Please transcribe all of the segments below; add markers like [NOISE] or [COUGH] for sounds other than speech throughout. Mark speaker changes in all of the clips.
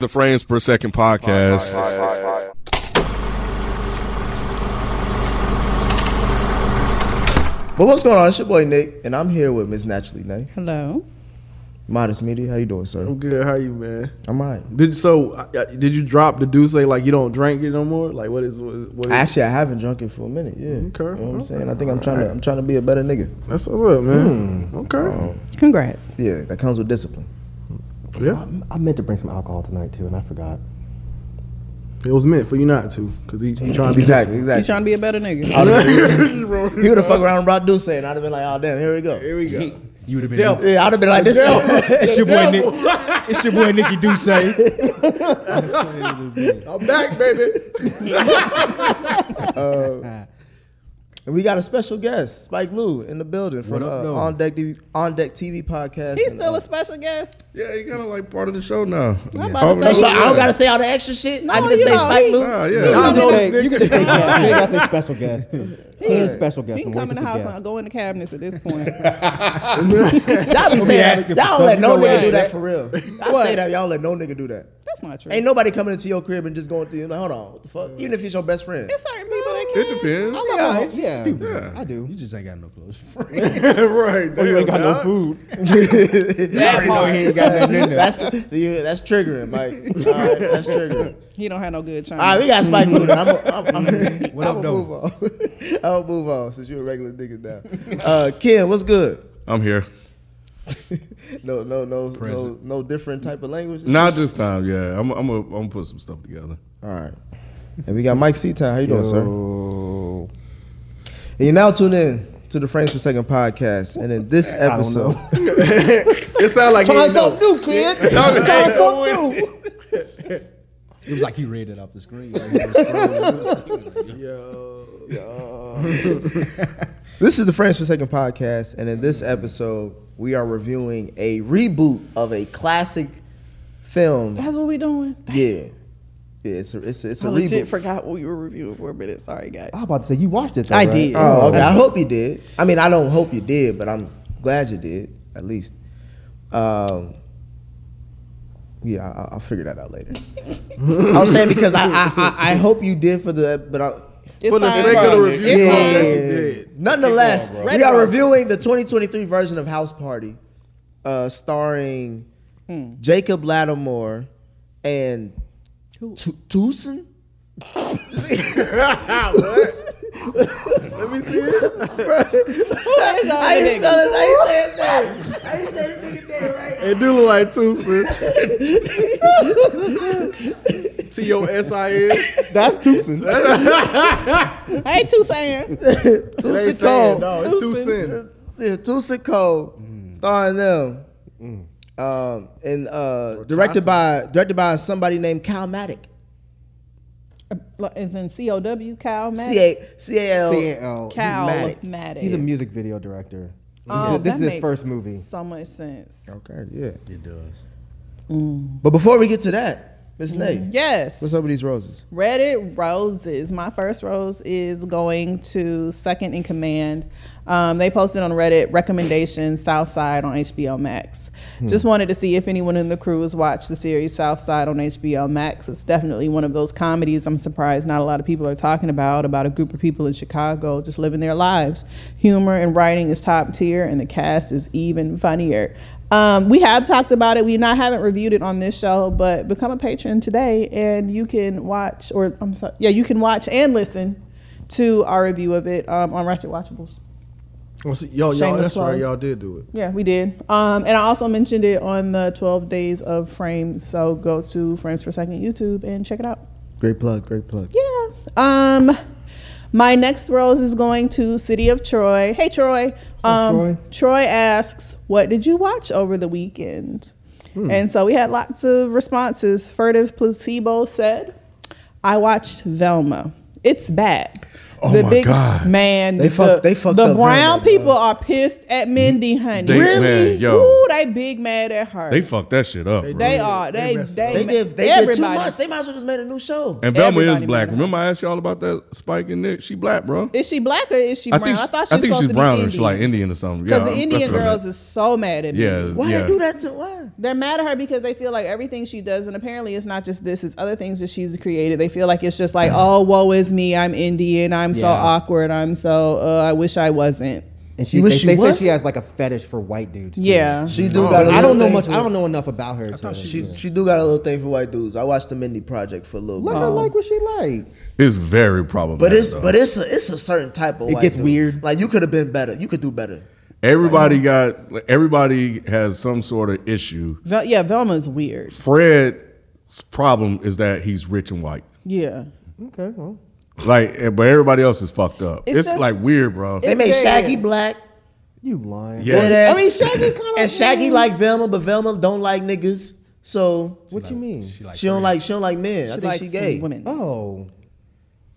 Speaker 1: The Frames Per Second podcast.
Speaker 2: But what's going on? It's your boy Nick, and I'm here with Miss Naturally Nay.
Speaker 3: Hello.
Speaker 2: Modest Media, how you doing, sir?
Speaker 4: I'm good. How you, man?
Speaker 2: I'm all right.
Speaker 4: Did so? I- I- Did you drop the do say like you don't drink it no more? Like what is what? Is, what is
Speaker 2: Actually, I haven't drunk it for a minute. Yeah.
Speaker 4: Okay,
Speaker 2: You know what I'm
Speaker 4: okay,
Speaker 2: saying? I think I'm trying to I'm trying to be a better nigga.
Speaker 4: that's what's up, man.
Speaker 5: hmm.
Speaker 4: Okay.
Speaker 5: Um,
Speaker 3: Congrats.
Speaker 2: Yeah, that comes with discipline.
Speaker 4: Yeah,
Speaker 5: I meant to bring some alcohol tonight too, and I forgot.
Speaker 4: it was meant for you not to, cause he, he trying to be
Speaker 2: Exactly,
Speaker 3: You
Speaker 2: exactly.
Speaker 3: trying to be a better nigga?
Speaker 4: [LAUGHS]
Speaker 2: [LAUGHS] He would have fucked around and brought Deuce and I'd have been like, oh damn, here we go.
Speaker 4: Here we go.
Speaker 5: You would have been.
Speaker 4: Devil.
Speaker 2: Yeah, I'd have been like this. [LAUGHS]
Speaker 5: It's your boy Nick.
Speaker 4: Devil.
Speaker 5: It's your boy Nicky
Speaker 4: [LAUGHS]
Speaker 5: eh? Duce.
Speaker 4: I'm back, baby.
Speaker 2: [LAUGHS] and Uh, we got a special guest, Spike Lou, in the building from
Speaker 5: What up,
Speaker 2: uh,
Speaker 5: though?
Speaker 2: On Deck TV, On Deck TV podcast.
Speaker 3: He's
Speaker 2: And,
Speaker 3: still
Speaker 2: uh,
Speaker 3: a special guest.
Speaker 1: Yeah, you kind of like part of the show now.
Speaker 3: I'm about to say-
Speaker 2: so I don't gotta say all the extra shit. I
Speaker 3: No,
Speaker 2: just
Speaker 3: you
Speaker 2: say
Speaker 3: know,
Speaker 2: Spike
Speaker 3: he-
Speaker 2: Lou.
Speaker 1: Ah,
Speaker 5: You
Speaker 1: yeah.
Speaker 5: can say, you can say, guest. You gotta say special
Speaker 3: [LAUGHS]
Speaker 5: guest. He is special guest.
Speaker 3: He can
Speaker 5: but
Speaker 3: come in the
Speaker 5: we're just a
Speaker 3: house
Speaker 5: guest.
Speaker 3: and go in the cabinets at this point.
Speaker 2: Y'all be saying that.
Speaker 5: asking for
Speaker 2: Y'all
Speaker 5: stuff.
Speaker 2: don't let
Speaker 5: You
Speaker 2: no
Speaker 5: know
Speaker 2: nigga
Speaker 3: what?
Speaker 2: do that for
Speaker 5: [LAUGHS]
Speaker 2: real. I say that. Y'all let no nigga do that.
Speaker 3: That's not true.
Speaker 2: Ain't nobody coming into your crib and just going through. Like, hold on, what the fuck? Even if he's your best friend.
Speaker 3: There's certain people that can.
Speaker 1: It depends.
Speaker 5: Yeah, it's yeah,
Speaker 1: Yeah.
Speaker 5: I do. You just ain't got no [LAUGHS] clothes.
Speaker 1: right.
Speaker 2: Oh,
Speaker 5: Or you ain't got no [LAUGHS] food. That know he ain't got nothing in there.
Speaker 2: That's yeah, that's triggering,
Speaker 5: [LAUGHS]
Speaker 2: Mike. All right, that's triggering.
Speaker 3: He don't have no good
Speaker 2: All right,
Speaker 3: china.
Speaker 2: we got Spike Lou. I'm, I'm, I'm,
Speaker 5: [LAUGHS] What up,
Speaker 2: I'm
Speaker 5: though?
Speaker 2: move on. [LAUGHS] I'll move on since you're a regular nigga now. Uh, Ken, what's good?
Speaker 1: I'm here.
Speaker 2: No, no, no, no,
Speaker 5: Present.
Speaker 2: no different type of language.
Speaker 1: Not this time. Yeah, I'm. I'm. A, I'm gonna put some stuff together.
Speaker 2: All right. And we got Mike Seaton. How you doing, sir?
Speaker 5: Yo.
Speaker 2: And you now tune in to the Frames Per Second podcast. And in this episode,
Speaker 4: It sounds like he ain't know.
Speaker 2: new, kid.
Speaker 5: It was [LAUGHS] like he read it off the screen. Like he was scrolling.
Speaker 2: This is the Frames Per Second podcast, and in this episode, we are reviewing a reboot of a classic film.
Speaker 3: That's what we doing.
Speaker 2: Yeah, yeah, it's a it's a, it's a
Speaker 3: I legit
Speaker 2: reboot.
Speaker 3: forgot what we were reviewing for a minute. Sorry, guys.
Speaker 5: I was about to say you watched it. Though,
Speaker 3: I
Speaker 5: right?
Speaker 3: did.
Speaker 2: Oh, okay. I hope you did. I mean, I don't hope you did, but I'm glad you did at least. Um, yeah, I- I, I'll figure that out later. I was saying because I I, I I hope you did for the but I.
Speaker 3: It's
Speaker 4: For the
Speaker 3: fine.
Speaker 4: sake of the review,
Speaker 3: It's
Speaker 4: song
Speaker 3: fine.
Speaker 4: that you did.
Speaker 2: Nonetheless, we
Speaker 3: Red
Speaker 2: are
Speaker 3: Rock.
Speaker 2: reviewing the 2023 version of House Party, uh, starring Hmm. Jacob Lattimore and Tu- Tucson.
Speaker 4: Let me see it.
Speaker 3: Who is that
Speaker 2: I ain't
Speaker 3: nigga?
Speaker 2: spell his- I ain't say his name. I ain't say his nigga name right.
Speaker 4: It do look like two
Speaker 2: [LAUGHS]
Speaker 4: sis. T O S I N.
Speaker 2: That's Tucson.
Speaker 3: Hey,
Speaker 4: They
Speaker 3: Toussaint.
Speaker 5: [LAUGHS]
Speaker 2: Tucson
Speaker 4: saying,
Speaker 2: Cole.
Speaker 4: no, it's two sin.
Speaker 2: Yeah, Tucson Cole, starring them. Um, and uh, directed by directed by somebody named Cal Matic.
Speaker 3: It's in C-O-W, Kyle Matt.
Speaker 2: C A C A L.
Speaker 5: CL.
Speaker 3: Cal
Speaker 2: Matic.
Speaker 3: Matic.
Speaker 5: He's a music video director.
Speaker 3: Oh,
Speaker 5: this
Speaker 3: that
Speaker 5: is his
Speaker 3: makes
Speaker 5: first movie.
Speaker 3: So much sense.
Speaker 2: Okay, yeah.
Speaker 5: It does.
Speaker 2: But before we get to that, Miss Nay,
Speaker 3: Mm. Yes.
Speaker 2: what's up with these roses?
Speaker 3: Reddit roses. My first rose is going to second in command. Um, they posted on Reddit recommendations Southside on HBO Max.
Speaker 5: Hmm.
Speaker 3: Just wanted to see if anyone in the crew has watched the series Southside on HBO Max. It's definitely one of those comedies. I'm surprised not a lot of people are talking about about a group of people in Chicago just living their lives. Humor and writing is top tier, and the cast is even funnier. Um, we have talked about it. We not haven't reviewed it on this show, but become a patron today, and you can watch or I'm sorry, yeah, you can watch and listen to our review of it um, on Ratchet Watchables.
Speaker 4: Well, see, Y'all, y'all,
Speaker 3: Shameless
Speaker 4: that's right.
Speaker 3: plugs.
Speaker 4: Y'all did do it.
Speaker 3: Yeah, we did. Um, and I also mentioned it on the 12 Days of Frame. So go to Frames Per Second YouTube and check it out.
Speaker 2: Great plug, great plug.
Speaker 3: Yeah. Um, my next rose is going to City of Troy. Hey, Troy. Um,
Speaker 5: Troy?
Speaker 3: asks, "What did you watch over the weekend?" And so we had lots of responses. Furtive Placebo said, I watched Velma. It's bad.
Speaker 1: Oh
Speaker 3: the
Speaker 1: my
Speaker 3: big
Speaker 1: God.
Speaker 3: man.
Speaker 2: They fucked-
Speaker 3: the,
Speaker 2: they fucked
Speaker 3: the
Speaker 2: up
Speaker 3: brown
Speaker 2: Velma,
Speaker 3: people are pissed at Mindy, honey.
Speaker 1: They-
Speaker 3: really?
Speaker 1: man, yo.
Speaker 3: Ooh, they big mad at her.
Speaker 1: They fucked that shit up. bro.
Speaker 3: They are. They they,
Speaker 2: They
Speaker 3: ma-
Speaker 2: did. They did too
Speaker 3: everybody.
Speaker 2: much. They might as well just made a new show.
Speaker 1: and Velma is
Speaker 3: everybody
Speaker 1: black.
Speaker 3: mad.
Speaker 1: Remember, I asked y'all about that Spike and Nick. She black, bro.
Speaker 3: Is she black or is she brown? I,
Speaker 1: think
Speaker 3: thought
Speaker 1: I
Speaker 3: she was
Speaker 1: think
Speaker 3: supposed
Speaker 1: she's
Speaker 3: to be
Speaker 1: brown or
Speaker 3: Indian.
Speaker 1: she's like Indian or something.
Speaker 3: Because
Speaker 1: Yeah,
Speaker 3: the Indian girls is
Speaker 1: is
Speaker 3: so mad at me.
Speaker 1: yeah,
Speaker 2: Why
Speaker 1: yeah.
Speaker 2: they do that to why?
Speaker 3: They're mad at her because they feel like everything she does, and apparently it's not just this, it's other things that she's created. They feel like it's just like, oh, woe is me, I'm Indian, I'm so
Speaker 6: Yeah.
Speaker 3: awkward, I'm so, uh, I wish I wasn't.
Speaker 6: And she,
Speaker 2: You
Speaker 6: they,
Speaker 2: wish
Speaker 6: they
Speaker 2: she
Speaker 6: say
Speaker 2: was?
Speaker 6: she has like a fetish for white dudes. too.
Speaker 3: Yeah.
Speaker 2: She do got.
Speaker 6: But
Speaker 2: a
Speaker 6: I
Speaker 2: little
Speaker 6: don't know
Speaker 2: thing
Speaker 6: much.
Speaker 2: for-
Speaker 6: I don't know enough about her. To
Speaker 2: She she do got a little thing for white dudes. I watched the Mindy Project for a little
Speaker 6: let
Speaker 2: bit.
Speaker 6: her like what she like.
Speaker 1: It's very problematic.
Speaker 2: But it's
Speaker 1: though.
Speaker 2: but it's a it's a certain type of.
Speaker 6: It
Speaker 2: white
Speaker 6: gets
Speaker 2: dude.
Speaker 6: weird.
Speaker 2: Like you could have been better. You could do better.
Speaker 1: everybody got everybody has some sort of issue.
Speaker 3: Vel- yeah, Velma's weird.
Speaker 1: Fred's problem is that he's rich and white.
Speaker 3: Yeah.
Speaker 6: Okay, well,
Speaker 1: Like, eh, but everybody else is fucked up.
Speaker 3: It's
Speaker 1: It's,
Speaker 3: just-
Speaker 1: like weird, bro.
Speaker 2: They made
Speaker 3: very
Speaker 2: Shaggy
Speaker 3: weird.
Speaker 2: black.
Speaker 6: you lying.
Speaker 1: Yes.
Speaker 2: Dead ass.
Speaker 6: I mean, Shaggy kind of
Speaker 2: and Shaggy like Velma, but Velma don't like niggas. So
Speaker 6: What you mean?
Speaker 2: she don't like she don't like men. I think
Speaker 3: likes
Speaker 2: she gay.
Speaker 3: Women.
Speaker 6: oh,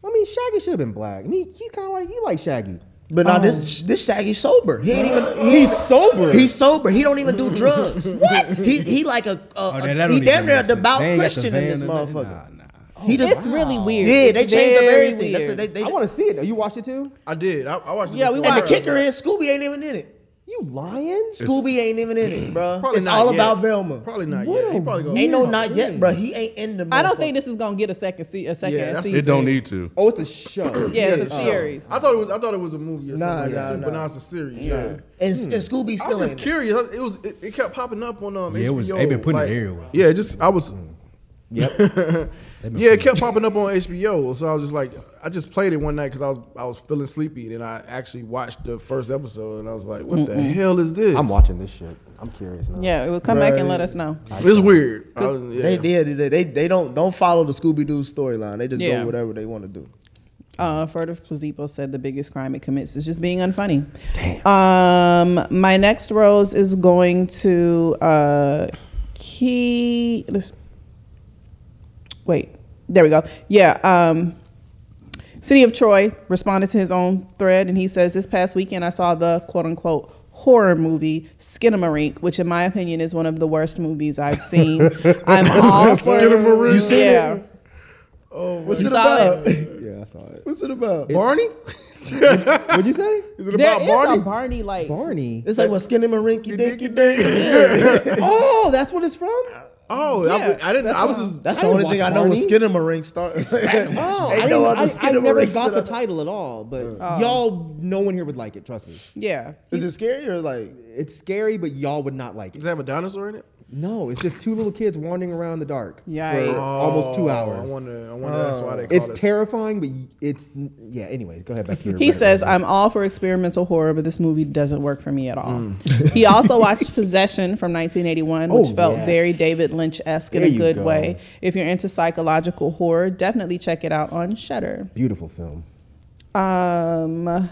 Speaker 6: I mean, Shaggy should have been black. I mean, he kind of like you like Shaggy.
Speaker 2: But now this this Shaggy sober. He ain't even he,
Speaker 6: [LAUGHS] He's sober.
Speaker 2: he's sober. He don't even
Speaker 6: [LAUGHS]
Speaker 2: do drugs. what? He he like a, a, a-
Speaker 5: Oh, that- that
Speaker 2: he
Speaker 5: don't
Speaker 2: damn near a
Speaker 5: even make sense.
Speaker 2: devout
Speaker 5: They ain't got the
Speaker 2: Christian in
Speaker 5: van
Speaker 2: this
Speaker 5: and that-
Speaker 2: motherfucker.
Speaker 5: Nah, nah.
Speaker 2: He just
Speaker 3: It's really weird.
Speaker 2: yeah.
Speaker 3: It's
Speaker 2: They changed up
Speaker 3: very
Speaker 2: everything. That's the,
Speaker 3: weird.
Speaker 2: they, they,
Speaker 6: I want to see it. You watched it too?
Speaker 4: I did. I, I watched. it
Speaker 3: Yeah, we
Speaker 4: before.
Speaker 3: watched
Speaker 2: and
Speaker 3: it.
Speaker 2: the kicker is Scooby ain't even in it.
Speaker 6: You lying?
Speaker 2: Scooby ain't even in it, bro.
Speaker 4: Probably
Speaker 2: It's
Speaker 4: not
Speaker 2: all
Speaker 4: yet.
Speaker 2: about Velma.
Speaker 4: Probably not
Speaker 6: What
Speaker 4: yet. He
Speaker 6: a
Speaker 4: probably go.
Speaker 6: weird-
Speaker 2: Ain't no
Speaker 6: Yeah,
Speaker 2: not
Speaker 6: yeah.
Speaker 2: yet, bro. He ain't in the.
Speaker 3: I don't
Speaker 2: motherfucker.
Speaker 3: think this is going to get a second, se- a second
Speaker 4: Yeah, that's-
Speaker 3: season.
Speaker 1: It don't need to.
Speaker 6: Oh, it's a show.
Speaker 3: Yeah, it's a series.
Speaker 4: I thought it was. I thought it was a movie or something
Speaker 2: Nah,
Speaker 4: like
Speaker 2: nah,
Speaker 4: that too,
Speaker 2: nah.
Speaker 4: but now it's a series. Yeah.
Speaker 2: And, and Scooby
Speaker 4: I was
Speaker 2: still
Speaker 4: just
Speaker 2: ain't. in it.
Speaker 4: curious. It was. It, it kept popping up on um.
Speaker 5: Yeah, it was-
Speaker 4: HBO,
Speaker 5: they been putting it everywhere.
Speaker 4: Yeah, it just I was. [LAUGHS]
Speaker 5: They been
Speaker 4: Yeah, it
Speaker 5: fucking-
Speaker 4: kept popping up on HBO. So I was just like, I just played it one night because I was I was feeling sleepy, and then I actually watched the first episode, and I was like, what the hell is this?
Speaker 6: I'm watching this shit. I'm curious now.
Speaker 3: Yeah, it will come back and let
Speaker 4: Right.
Speaker 3: us know.
Speaker 4: It's weird. I was- yeah. [LAUGHS]
Speaker 2: They did. They, they they don't don't follow the Scooby Doo storyline. They just
Speaker 3: Yeah.
Speaker 2: do whatever they want to do.
Speaker 3: Uh, Furtive Placebo said the biggest crime it commits is just being unfunny. Damn. Um, my next rose is going to uh, Key. Let's, wait, there we go. Yeah. Um, City of Troy responded to his own thread, and he says, This past weekend, I saw the quote unquote horror movie Skinamarink, which, in my opinion, is one of the worst movies I've seen. I'm all for
Speaker 4: Skinamarink? You seen it?
Speaker 3: yeah.
Speaker 2: What's
Speaker 3: You
Speaker 2: it
Speaker 3: saw
Speaker 2: about?
Speaker 6: Yeah, I saw it.
Speaker 2: What's it about?
Speaker 4: Barney?
Speaker 6: What'd you say?
Speaker 4: Is it
Speaker 3: There
Speaker 4: about
Speaker 3: is
Speaker 4: Barney?
Speaker 3: a Barney like
Speaker 6: Barney.
Speaker 2: It's like what Skinny Marinky Dinky Dink.
Speaker 6: oh, that's what it's from?
Speaker 4: Oh, I,
Speaker 3: Yeah,
Speaker 4: would- I didn't. I was
Speaker 3: what-
Speaker 4: just.
Speaker 2: That's
Speaker 6: I
Speaker 2: the
Speaker 6: didn't
Speaker 2: only thing I
Speaker 6: watch
Speaker 2: know was
Speaker 6: Barney.
Speaker 2: Skinny
Speaker 4: [LAUGHS]
Speaker 2: Marink start. [LAUGHS]
Speaker 6: Oh,
Speaker 2: Ain't
Speaker 6: I,
Speaker 2: no
Speaker 6: didn't-
Speaker 2: other
Speaker 6: I- I
Speaker 2: Skinnamarink
Speaker 6: never
Speaker 2: set
Speaker 6: got the
Speaker 2: up.
Speaker 6: title at all, but
Speaker 3: Oh.
Speaker 6: y'all, no one here would like it. Trust me.
Speaker 3: Yeah.
Speaker 2: Is it scary or like?
Speaker 6: It's scary, but y'all would not like
Speaker 4: Does
Speaker 6: it.
Speaker 4: it have a dinosaur in it?
Speaker 6: No, it's just two little kids wandering around in the dark
Speaker 3: Yikes.
Speaker 6: for almost
Speaker 2: Oh,
Speaker 6: two
Speaker 4: Oh, I
Speaker 6: hours.
Speaker 4: wonder. I wonder. that's why they call
Speaker 6: It's
Speaker 4: it.
Speaker 6: terrifying, but y- it's yeah. Anyways, go ahead back to your.
Speaker 3: He says, I'm all for experimental horror, but this movie doesn't work for me at all. he also watched Possession from 1981, which
Speaker 6: Oh,
Speaker 3: felt
Speaker 6: yes.
Speaker 3: very David Lynch esque in
Speaker 6: There
Speaker 3: a
Speaker 6: you
Speaker 3: good
Speaker 6: go.
Speaker 3: way. If you're into psychological horror, definitely check it out on Shudder.
Speaker 6: beautiful film.
Speaker 3: Um,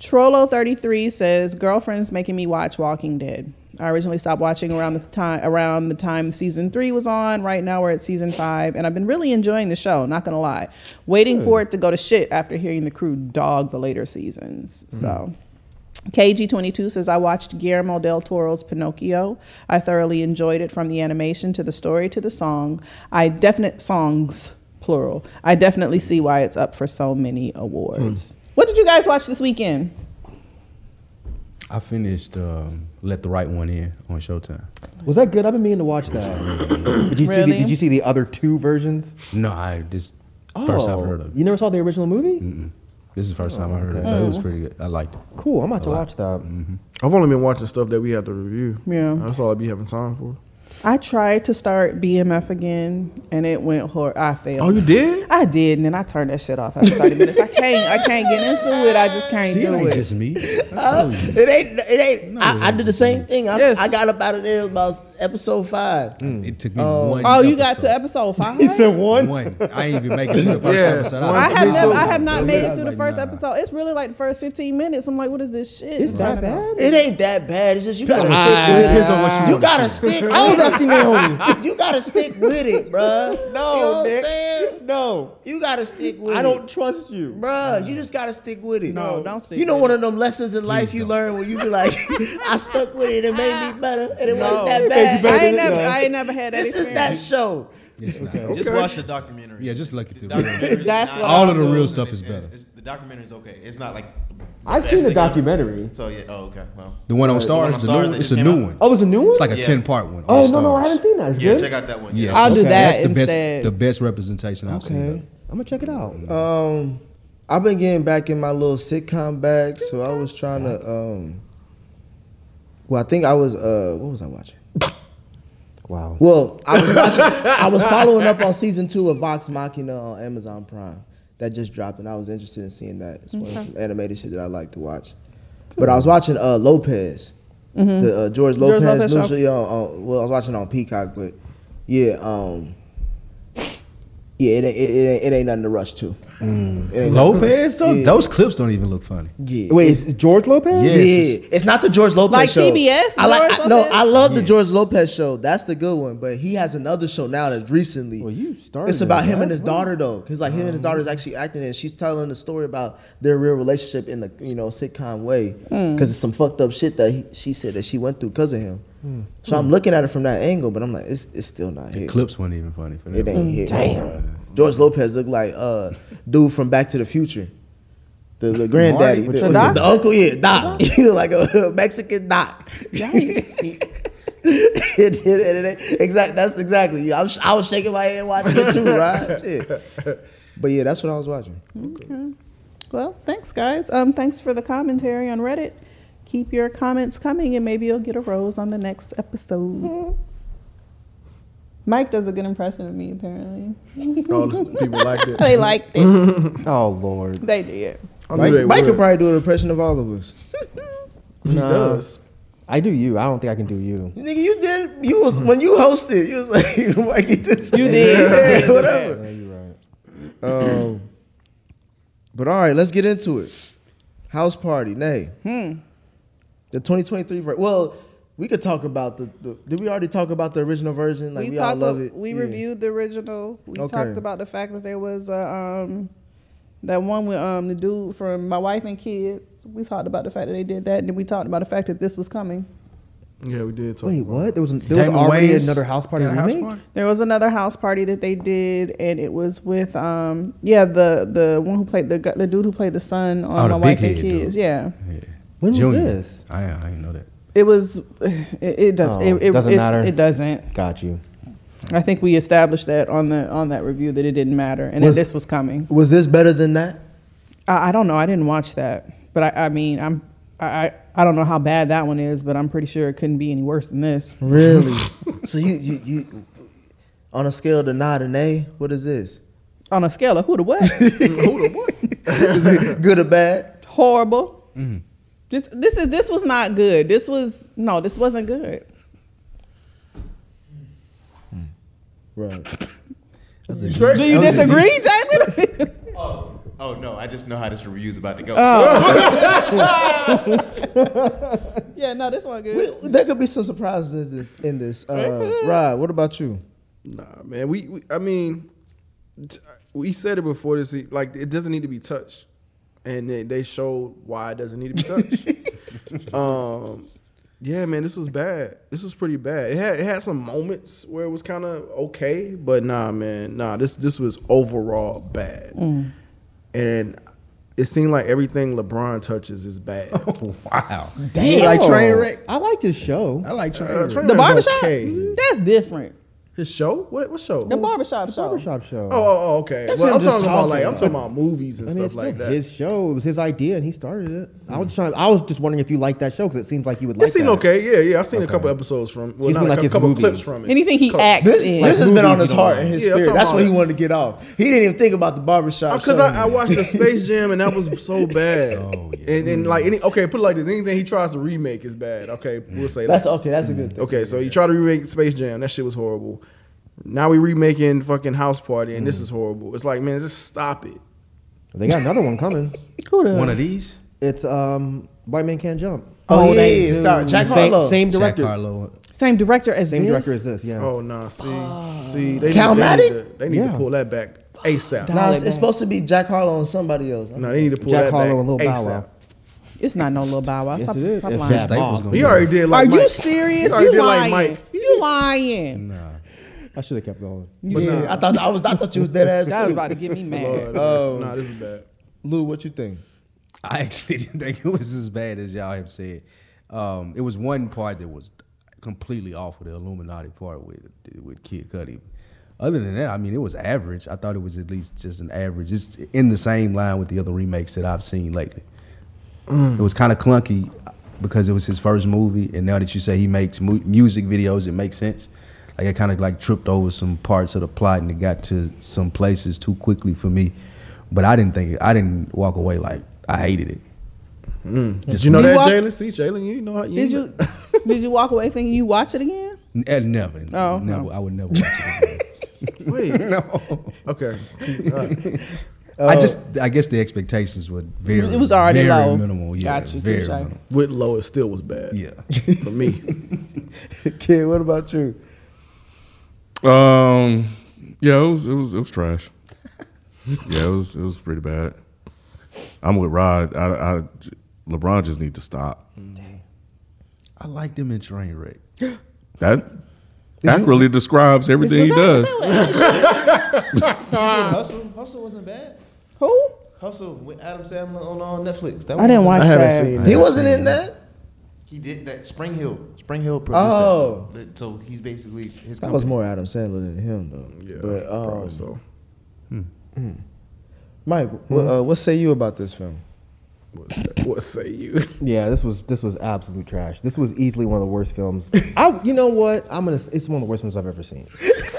Speaker 3: Trollo33 says, Girlfriend's making me watch Walking Dead. I originally stopped watching around the time around the time season three was on. Right now we're at season five, and I've been really enjoying the show. Not gonna lie, waiting for it to go to shit after hearing the crew dog the later seasons. So, KG22 says, I watched Guillermo del Toro's Pinocchio. I thoroughly enjoyed it from the animation to the story to the song. I definite songs, plural. I definitely see why it's up for so many awards. What did you guys watch this weekend?
Speaker 5: I finished um, Let the Right One In on Showtime.
Speaker 6: Was that good? I've been meaning to watch
Speaker 3: [COUGHS]
Speaker 6: that. did, you see the,
Speaker 3: Really?
Speaker 6: did you see the other two versions?
Speaker 5: No, I this first I've
Speaker 6: Oh,
Speaker 5: heard of.
Speaker 6: You
Speaker 5: it.
Speaker 6: never saw the original movie?
Speaker 5: This is the first time I heard of it, so it was pretty good. I liked it.
Speaker 6: Cool. I'm about to
Speaker 5: lot.
Speaker 6: watch that.
Speaker 4: I've only been watching stuff that we have to review.
Speaker 3: Yeah.
Speaker 4: That's all I be having time for.
Speaker 3: I tried to start BMF again, and it went hor I failed.
Speaker 4: Oh, you did?
Speaker 3: I did, and then I turned that shit off after 30 minutes. I can't, I can't get into it. I just can't
Speaker 5: See, it
Speaker 3: do
Speaker 5: ain't
Speaker 3: it.
Speaker 5: just me. I told you.
Speaker 2: It ain't. It ain't. I, I did the same thing. I,
Speaker 3: Yes.
Speaker 2: I got up out of there about episode five.
Speaker 5: It took me one.
Speaker 3: oh, you got
Speaker 5: episode.
Speaker 3: to episode five?
Speaker 6: one.
Speaker 5: One. I ain't even making it to the first
Speaker 4: Yeah.
Speaker 5: episode. was
Speaker 3: I
Speaker 5: like,
Speaker 3: have
Speaker 5: nah.
Speaker 3: never, I have not
Speaker 5: That's
Speaker 3: made
Speaker 5: it. I
Speaker 3: it
Speaker 5: was
Speaker 3: through the
Speaker 5: like,
Speaker 3: first
Speaker 5: nah.
Speaker 3: episode. It's really like the first 15 minutes. I'm like, what is this shit?
Speaker 6: It's not bad.
Speaker 2: It ain't that bad. It's just you gotta
Speaker 5: on-
Speaker 2: stick
Speaker 5: it
Speaker 2: with it.
Speaker 5: depends on what you
Speaker 2: You
Speaker 5: wanna
Speaker 2: gotta stick. I was
Speaker 6: nasty
Speaker 2: [LAUGHS]
Speaker 6: Naomi.
Speaker 2: you gotta stick with it, bruh.
Speaker 6: No,
Speaker 2: you know what
Speaker 6: Nick.
Speaker 2: I'm saying?
Speaker 6: No,
Speaker 2: You gotta stick with
Speaker 6: I don't
Speaker 2: it.
Speaker 6: trust you.
Speaker 2: Bruh, you just gotta stick with it.
Speaker 3: No, don't stick
Speaker 2: You know
Speaker 3: with
Speaker 2: one of them lessons in life you learn where you be like, [LAUGHS] I stuck with it and made me better, and it wasn't that bad.
Speaker 3: I ain't never, I ain't never had that.
Speaker 2: This is that
Speaker 3: experience.
Speaker 2: show.
Speaker 5: It's not.
Speaker 7: Just watch the documentary.
Speaker 5: Yeah, just look at the
Speaker 7: documentary
Speaker 5: real-
Speaker 7: is
Speaker 3: That's
Speaker 7: not-
Speaker 3: what All
Speaker 5: of the
Speaker 7: it's-
Speaker 5: real stuff is
Speaker 7: it's-
Speaker 5: better.
Speaker 7: it's- The documentary is okay. It's not like.
Speaker 6: I've
Speaker 7: best
Speaker 6: seen the
Speaker 7: thing ever.
Speaker 6: documentary.
Speaker 7: So yeah. Oh okay. Well.
Speaker 5: The one on
Speaker 7: one
Speaker 5: Stars,
Speaker 7: on
Speaker 5: the
Speaker 7: Stars
Speaker 5: new,
Speaker 7: that
Speaker 5: it's
Speaker 7: just
Speaker 5: a
Speaker 7: came
Speaker 5: new
Speaker 7: out.
Speaker 5: one.
Speaker 6: Oh, there's a new one.
Speaker 5: It's like a
Speaker 7: Yeah.
Speaker 5: ten part one.
Speaker 6: oh
Speaker 5: on
Speaker 6: no, no, I
Speaker 5: Stars.
Speaker 6: haven't seen that. It's
Speaker 7: Yeah.
Speaker 6: good.
Speaker 7: Check out that one.
Speaker 5: Yeah,
Speaker 7: Yeah.
Speaker 3: I'll
Speaker 5: so
Speaker 3: do
Speaker 5: That's
Speaker 3: that
Speaker 5: the
Speaker 3: instead.
Speaker 5: best, the best representation I've seen. of
Speaker 6: Okay,
Speaker 5: it.
Speaker 6: I'm gonna check it out. Uh,
Speaker 2: Um, I've been getting back in my little sitcom bag, so I was trying to. Um, well, I think I was. Uh, what was I watching?
Speaker 6: wow.
Speaker 2: Well, I was watching, I was following up on season two of Vox Machina on Amazon Prime that just dropped, and I was interested in seeing that. It's one of some animated shit that I like to watch. But I was watching uh, Lopez, the uh, George
Speaker 3: Mm-hmm. George
Speaker 2: Lopez.
Speaker 3: Lopez show.
Speaker 2: usually on, on- well, I was watching it on Peacock, but yeah, um, yeah, it, ain't- it, it, ain't- it ain't nothing to rush to. It ain't nothing to rush-
Speaker 5: Lopez, though,
Speaker 2: Yeah.
Speaker 5: those clips don't even look funny.
Speaker 2: Yeah.
Speaker 6: Wait, is it George Lopez?
Speaker 5: Yeah.
Speaker 2: yeah,
Speaker 5: Yes.
Speaker 2: it's, not the George Lopez
Speaker 3: Like
Speaker 2: show.
Speaker 3: TBS,
Speaker 2: I like
Speaker 3: George
Speaker 2: I, no,
Speaker 3: Lopez?
Speaker 2: I love the
Speaker 5: Yes.
Speaker 2: George Lopez show. That's the good one. But he has another show now that's recently.
Speaker 6: Well, you started
Speaker 2: It's about
Speaker 6: it,
Speaker 2: him
Speaker 6: right? Oh.
Speaker 2: and his daughter though, because like him and his daughter is actually acting, and she's telling the story about their real relationship in the you know sitcom way, because it's some fucked up shit that he, she said that she went through because of him.
Speaker 6: Hmm.
Speaker 2: So I'm looking at it from that angle, but I'm like, it's it's still not
Speaker 5: The
Speaker 2: here.
Speaker 5: clips weren't even funny for
Speaker 2: It
Speaker 5: them.
Speaker 2: ain't hit. Mm. Damn. George Lopez looked like uh dude from Back to the Future. The, the granddaddy,
Speaker 6: Marty,
Speaker 2: the,
Speaker 6: but
Speaker 2: was it
Speaker 6: Doc?
Speaker 2: the uncle, yeah, Doc. [LAUGHS] He look like a, Mexican Doc. It- it- it- it- [LAUGHS] exact. That's exactly. Yeah, I was, I was shaking my head watching it too, right? Shit. But yeah, that's what I was watching.
Speaker 3: Well, thanks, guys. Um, thanks for the commentary on Reddit. Keep your comments coming, and maybe you'll get a rose on the next
Speaker 2: Mm-hmm.
Speaker 3: episode. Mike does a good impression of me. Apparently,
Speaker 4: All the people like it.
Speaker 3: they liked [LAUGHS] it.
Speaker 6: Oh lord.
Speaker 3: They did.
Speaker 4: I knew
Speaker 2: Mike,
Speaker 4: they
Speaker 2: Mike could
Speaker 4: would.
Speaker 2: probably do an impression of all of us.
Speaker 4: He does.
Speaker 6: I do you. I don't think I can do you.
Speaker 5: [LAUGHS]
Speaker 2: Nigga, you did. You was when you hosted. You was like, [LAUGHS] Mike, you did. something.
Speaker 3: You did.
Speaker 2: Yeah,
Speaker 3: You did do
Speaker 2: whatever.
Speaker 6: Yeah, you're right.
Speaker 2: Um, but all right, let's get into it. House party, nay. The 2023 ver- Well, we could talk about the, the. Did we already talk about the original version? Like we, all
Speaker 3: talked
Speaker 2: love
Speaker 3: a-
Speaker 2: it.
Speaker 3: We
Speaker 2: Yeah.
Speaker 3: reviewed the original. We
Speaker 2: Okay.
Speaker 3: talked about the fact that there was a, um, that one with um, the dude from My Wife and Kids. We talked about the fact that they did that, and then we talked about the fact that this was coming.
Speaker 4: Yeah, we did talk.
Speaker 6: Wait,
Speaker 4: about
Speaker 6: what? There was there was
Speaker 5: Damon
Speaker 6: already
Speaker 5: Wayans
Speaker 6: another house party
Speaker 5: got a house
Speaker 6: remake.
Speaker 5: party?
Speaker 3: There was another house party that they did, and it was with um, yeah, the the one who played the gu- the dude who played the son on
Speaker 5: Oh, the
Speaker 3: My Wife and
Speaker 5: big head
Speaker 3: Kids.
Speaker 5: dude.
Speaker 3: Yeah,
Speaker 5: Yeah.
Speaker 6: When was
Speaker 5: Junior.
Speaker 6: this?
Speaker 5: I, I didn't know that.
Speaker 3: it was. It, it does.
Speaker 6: Oh,
Speaker 3: it, it
Speaker 6: doesn't
Speaker 3: it's-
Speaker 6: matter.
Speaker 3: It doesn't.
Speaker 6: Got you.
Speaker 3: I think we established that on the on that review that it didn't matter, and
Speaker 2: Was-
Speaker 3: that this was coming.
Speaker 2: Was this better than that?
Speaker 3: I, I don't know. I didn't watch that, but I, I mean, I'm I, I I don't know how bad that one is, but I'm pretty sure it couldn't be any worse than this.
Speaker 6: [LAUGHS]
Speaker 2: Really? so you, you you on a scale to not an A, what is
Speaker 5: [LAUGHS]
Speaker 2: this?
Speaker 3: On a scale of who to
Speaker 6: [LAUGHS]
Speaker 3: what,
Speaker 2: Is it good or bad?
Speaker 3: horrible.
Speaker 6: Mm-hmm.
Speaker 3: This this is this was not good. This was no, this wasn't good.
Speaker 6: Mm. Right.
Speaker 3: Do you disagree, Jalen? [LAUGHS]
Speaker 7: Oh, oh no! I just know how this review's about to go.
Speaker 3: Uh, yeah, no, this one good.
Speaker 2: We, there could be some surprises in this. In this. Uh,
Speaker 5: [LAUGHS]
Speaker 2: Rod, what about you?
Speaker 4: Nah, man. We, we I mean, t- we said it before this. e- Like, it doesn't need to be touched, and they, they showed why it doesn't need to be touched. um, yeah, man, this was bad. This was pretty bad. It had it had some moments where it was kind of okay, but nah, man, nah. This this was overall bad, and it seemed like everything LeBron touches is bad.
Speaker 5: Wow.
Speaker 6: Damn. Like train wreck. I like this show.
Speaker 5: I like Trey.
Speaker 4: Uh,
Speaker 5: Ray.
Speaker 4: Trey
Speaker 3: the
Speaker 4: Young's
Speaker 3: barbershop?
Speaker 4: okay.
Speaker 3: That's different.
Speaker 4: His show? What what show?
Speaker 3: The barbershop show.
Speaker 6: Barbershop show.
Speaker 4: Oh, oh, oh, okay.
Speaker 2: That's
Speaker 4: well,
Speaker 2: him
Speaker 4: I'm
Speaker 2: just
Speaker 4: talking about like
Speaker 2: talking.
Speaker 4: I'm talking about movies and
Speaker 6: I mean, it's
Speaker 4: stuff
Speaker 6: still
Speaker 4: like that.
Speaker 6: his show. It was his idea, and he started it. I was trying. I was just wondering if you liked that show because it seems like you would like.
Speaker 4: it seemed
Speaker 6: that.
Speaker 4: okay. Yeah, yeah. I seen a couple episodes from. Well,
Speaker 6: He's
Speaker 4: not
Speaker 6: been
Speaker 4: a
Speaker 6: like
Speaker 4: couple,
Speaker 6: his
Speaker 4: couple
Speaker 6: movies.
Speaker 4: clips from it.
Speaker 3: Anything he
Speaker 4: Couple-
Speaker 3: acts
Speaker 2: This,
Speaker 3: in.
Speaker 2: this has been on
Speaker 6: movies
Speaker 2: his
Speaker 6: and all
Speaker 2: heart
Speaker 6: that.
Speaker 2: and his
Speaker 4: Yeah, I'm
Speaker 2: spirit.
Speaker 4: talking
Speaker 2: That's
Speaker 4: about
Speaker 2: what he
Speaker 4: that.
Speaker 2: wanted to get off. He didn't even think about the barbershop.
Speaker 4: Because
Speaker 2: show.
Speaker 4: I, I watched the Space Jam and that was so bad. oh yeah. And, and like any okay, put it like this: anything he tries to remake is bad. Okay, we'll say
Speaker 2: that's
Speaker 4: that.
Speaker 2: okay. That's a good thing.
Speaker 4: Okay, so he tried to remake Space Jam. That shit was horrible. Now we remaking fucking House Party, and this is horrible. It's like, man, just stop it.
Speaker 6: They got another one coming.
Speaker 5: One of these?
Speaker 6: It's um, White Man Can't Jump.
Speaker 2: Oh,
Speaker 3: Oh,
Speaker 2: yeah,
Speaker 3: they
Speaker 2: yeah, start Jack
Speaker 6: same,
Speaker 2: Harlow.
Speaker 6: same
Speaker 5: Jack
Speaker 6: director.
Speaker 5: Harlow.
Speaker 3: Same director as
Speaker 6: Same
Speaker 3: this?
Speaker 6: director as this, yeah.
Speaker 4: Oh no, see, see, they
Speaker 2: Calmatic?
Speaker 4: Need, they need, to, they need
Speaker 6: Yeah.
Speaker 4: to pull that back ASAP.
Speaker 2: Nah, it's,
Speaker 3: Holly
Speaker 2: it's
Speaker 3: Back.
Speaker 2: supposed to be Jack Harlow and somebody else.
Speaker 4: No, they need to pull
Speaker 6: Jack
Speaker 4: that
Speaker 6: Harlow and Lil
Speaker 4: back
Speaker 6: Bow
Speaker 4: ASAP.
Speaker 6: Wow.
Speaker 3: It's not no little Bow Wow.
Speaker 6: Yes,
Speaker 3: Stop,
Speaker 6: it is.
Speaker 3: stop
Speaker 6: If
Speaker 3: lying.
Speaker 6: it's
Speaker 5: Staples
Speaker 6: Bob.
Speaker 5: gonna
Speaker 4: He
Speaker 5: do
Speaker 4: already did like
Speaker 3: Are
Speaker 4: Mike.
Speaker 3: you serious?
Speaker 4: He already
Speaker 3: You
Speaker 4: did like
Speaker 3: lying.
Speaker 4: Mike.
Speaker 3: You lying.
Speaker 6: I should have kept going.
Speaker 2: yeah, I thought I was. I thought you was dead ass
Speaker 3: [LAUGHS] That was
Speaker 2: too.
Speaker 3: about to get me mad.
Speaker 4: Lord, oh. Nah, this is bad.
Speaker 2: Lou, what you
Speaker 6: [LAUGHS]
Speaker 2: think?
Speaker 5: I actually [LAUGHS] didn't think it was as bad as y'all have said. Um, it was one part that was completely off with the Illuminati part with with Kid Cudi. Other than that, I mean, it was average. I thought it was at least just an average. It's in the same line with the other remakes that I've seen lately.
Speaker 3: Mm.
Speaker 5: It was kind of clunky because it was his first movie, and now that you say he makes mu- music videos, it makes sense. Like I kind of like tripped over some parts of the plot, and it got to some places too quickly for me. But I didn't think I didn't walk away like I hated it.
Speaker 4: Did you know
Speaker 3: Mm. You
Speaker 4: that
Speaker 3: walk-
Speaker 4: Jalen? See, Jalen, you know how you
Speaker 3: Did you did you walk away thinking you watch it again?
Speaker 5: N- eh, never,
Speaker 3: Oh,
Speaker 5: never.
Speaker 3: no.
Speaker 5: I would never watch it.
Speaker 3: [LAUGHS]
Speaker 4: [LAUGHS]
Speaker 5: Again.
Speaker 4: wait. no. Okay.
Speaker 5: I just, I guess the expectations were very,
Speaker 3: Oh. It was already
Speaker 5: very
Speaker 3: low.
Speaker 5: minimal. Yeah,
Speaker 3: Got you,
Speaker 5: very
Speaker 3: touche.
Speaker 5: minimal.
Speaker 4: With low, it still was bad.
Speaker 5: Yeah.
Speaker 4: For [LAUGHS] me,
Speaker 2: Kid, what about you?
Speaker 1: Um, yeah, it was it was it
Speaker 3: [LAUGHS]
Speaker 1: was trash. yeah, it was it was pretty bad. I'm with Rod. I, I LeBron just need to stop.
Speaker 5: I liked him in Trainwreck.
Speaker 1: That accurately describes everything he
Speaker 3: Was that-
Speaker 1: does.
Speaker 3: was that what- uh,
Speaker 7: Hustle, Hustle wasn't bad.
Speaker 3: Who?
Speaker 7: Hustle with Adam Sandler on, on Netflix. That
Speaker 3: I didn't watch
Speaker 4: I haven't
Speaker 3: that.
Speaker 4: seen
Speaker 2: He
Speaker 4: that.
Speaker 2: wasn't in that.
Speaker 7: He did that. Spring Hill. Spring Hill produced
Speaker 2: Oh.
Speaker 7: that. But- So he's basically his.
Speaker 2: That was
Speaker 7: company.
Speaker 2: more Adam Sandler than him though.
Speaker 4: Yeah,
Speaker 2: but um,
Speaker 4: probably so.
Speaker 2: Mike, wh- uh, what say you about this film?
Speaker 4: What say, what say you?
Speaker 6: Yeah, this was this was absolute trash. This was easily one of the worst films. I, you know what? I'm gonna. s- It's one of the worst films I've
Speaker 2: [LAUGHS]
Speaker 6: ever seen.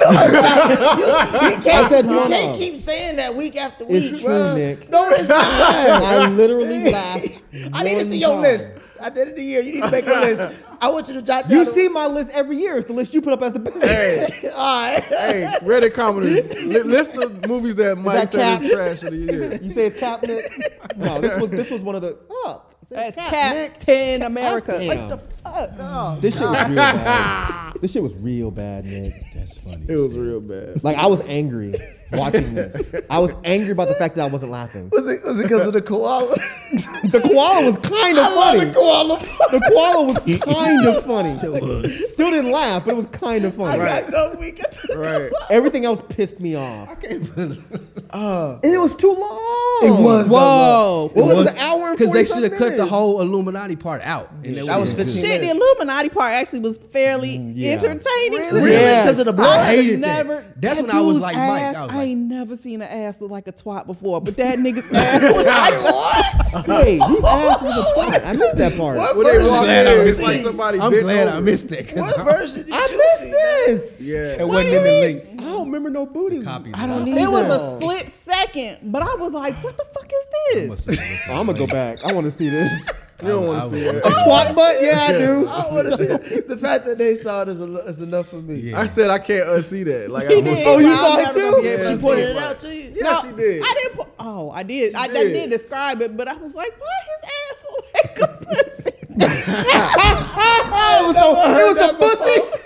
Speaker 6: I said one of.
Speaker 2: saying that week after
Speaker 6: It's true, Nick.
Speaker 2: No, it's not.
Speaker 6: I
Speaker 2: [LAUGHS]
Speaker 6: literally laughed.
Speaker 2: I need to
Speaker 6: one
Speaker 2: see your
Speaker 6: time.
Speaker 2: list. At the end of the year, you need to
Speaker 6: [LAUGHS]
Speaker 2: make a list. I want you to jot down.
Speaker 6: You
Speaker 2: the-
Speaker 6: see my list every year. It's the list you put up as the best. [LAUGHS]
Speaker 2: all right.
Speaker 4: [LAUGHS] hey, Reddit commenters, li- list the movies that Mike
Speaker 6: that
Speaker 4: said is
Speaker 6: cap?
Speaker 4: trash of the year.
Speaker 6: You say it's Cap Nick? No, this was this was one of the. Oh, it says
Speaker 3: That's
Speaker 6: Cap Nick.
Speaker 3: Captain America.
Speaker 6: Damn.
Speaker 3: What the fuck? Oh,
Speaker 6: This shit was real bad.
Speaker 2: [LAUGHS]
Speaker 6: This shit was real bad, Nick.
Speaker 5: That's funny.
Speaker 4: It was real bad.
Speaker 6: Like I was angry watching this. I was angry about the fact that I wasn't laughing.
Speaker 2: Was it was it because of the koala?
Speaker 6: The koala was kind
Speaker 2: [LAUGHS]
Speaker 6: of
Speaker 2: I love
Speaker 6: funny.
Speaker 2: the koala. part.
Speaker 6: The koala was kind of funny. Still didn't laugh, but it was kind of funny.
Speaker 2: I got the week after the
Speaker 4: Right.
Speaker 6: Everything else pissed me off. and it was too long.
Speaker 2: It was.
Speaker 3: Whoa.
Speaker 6: It was,
Speaker 5: It was-
Speaker 6: an hour and
Speaker 5: Because they should
Speaker 6: should
Speaker 5: have cut the whole Illuminati part out. And
Speaker 2: That was 15
Speaker 3: Shit, the Illuminati part actually was fairly
Speaker 6: yeah.
Speaker 3: entertaining.
Speaker 6: Really? Yeah. Because of the blood?
Speaker 3: I
Speaker 5: hated that.
Speaker 3: never.
Speaker 5: That's
Speaker 3: that
Speaker 5: when I was
Speaker 3: dude's
Speaker 5: like, Mike,
Speaker 3: ass-
Speaker 5: I was like-
Speaker 3: ain't never seen an ass look like a twat before, but that nigga's [LAUGHS] ass was like what?
Speaker 6: Hey, his ass was a twat. I missed that part.
Speaker 2: What
Speaker 4: When they
Speaker 2: version
Speaker 4: walked
Speaker 2: did
Speaker 4: in,
Speaker 2: you
Speaker 4: it's
Speaker 2: see?
Speaker 4: like somebody
Speaker 5: I'm
Speaker 4: bent
Speaker 5: glad I
Speaker 4: over.
Speaker 5: missed it. 'cause
Speaker 2: What
Speaker 5: I-
Speaker 2: version did
Speaker 6: I
Speaker 2: you see?
Speaker 6: missed this.
Speaker 4: Yeah.
Speaker 5: It wasn't in the link.
Speaker 6: I don't remember no booty.
Speaker 5: Copy
Speaker 6: I
Speaker 5: that.
Speaker 6: don't need
Speaker 3: It was
Speaker 6: that.
Speaker 3: a split second, but I was like, what the fuck is this?
Speaker 6: Oh, I'm gonna go back. I want to see this.
Speaker 4: You don't want to see it.
Speaker 6: Twat butt? Yeah, I do.
Speaker 2: I wanna see it. The fact that they saw it is, a, is enough for me.
Speaker 4: I said I can't unsee that. Like
Speaker 3: He
Speaker 4: I
Speaker 3: did.
Speaker 6: Oh, you
Speaker 3: Well,
Speaker 6: saw
Speaker 3: I'm
Speaker 6: it
Speaker 3: never
Speaker 6: too?
Speaker 3: gonna be able
Speaker 4: Yeah,
Speaker 3: to
Speaker 4: she
Speaker 3: see it.
Speaker 4: pointed it
Speaker 2: out to you.
Speaker 4: Yeah,
Speaker 3: No,
Speaker 4: she did.
Speaker 3: I didn't. Po- oh, I did. I, I
Speaker 4: did.
Speaker 3: did describe it, but I was like, why his ass look like a pussy? [LAUGHS]
Speaker 6: Oh, it was a, it was a pussy.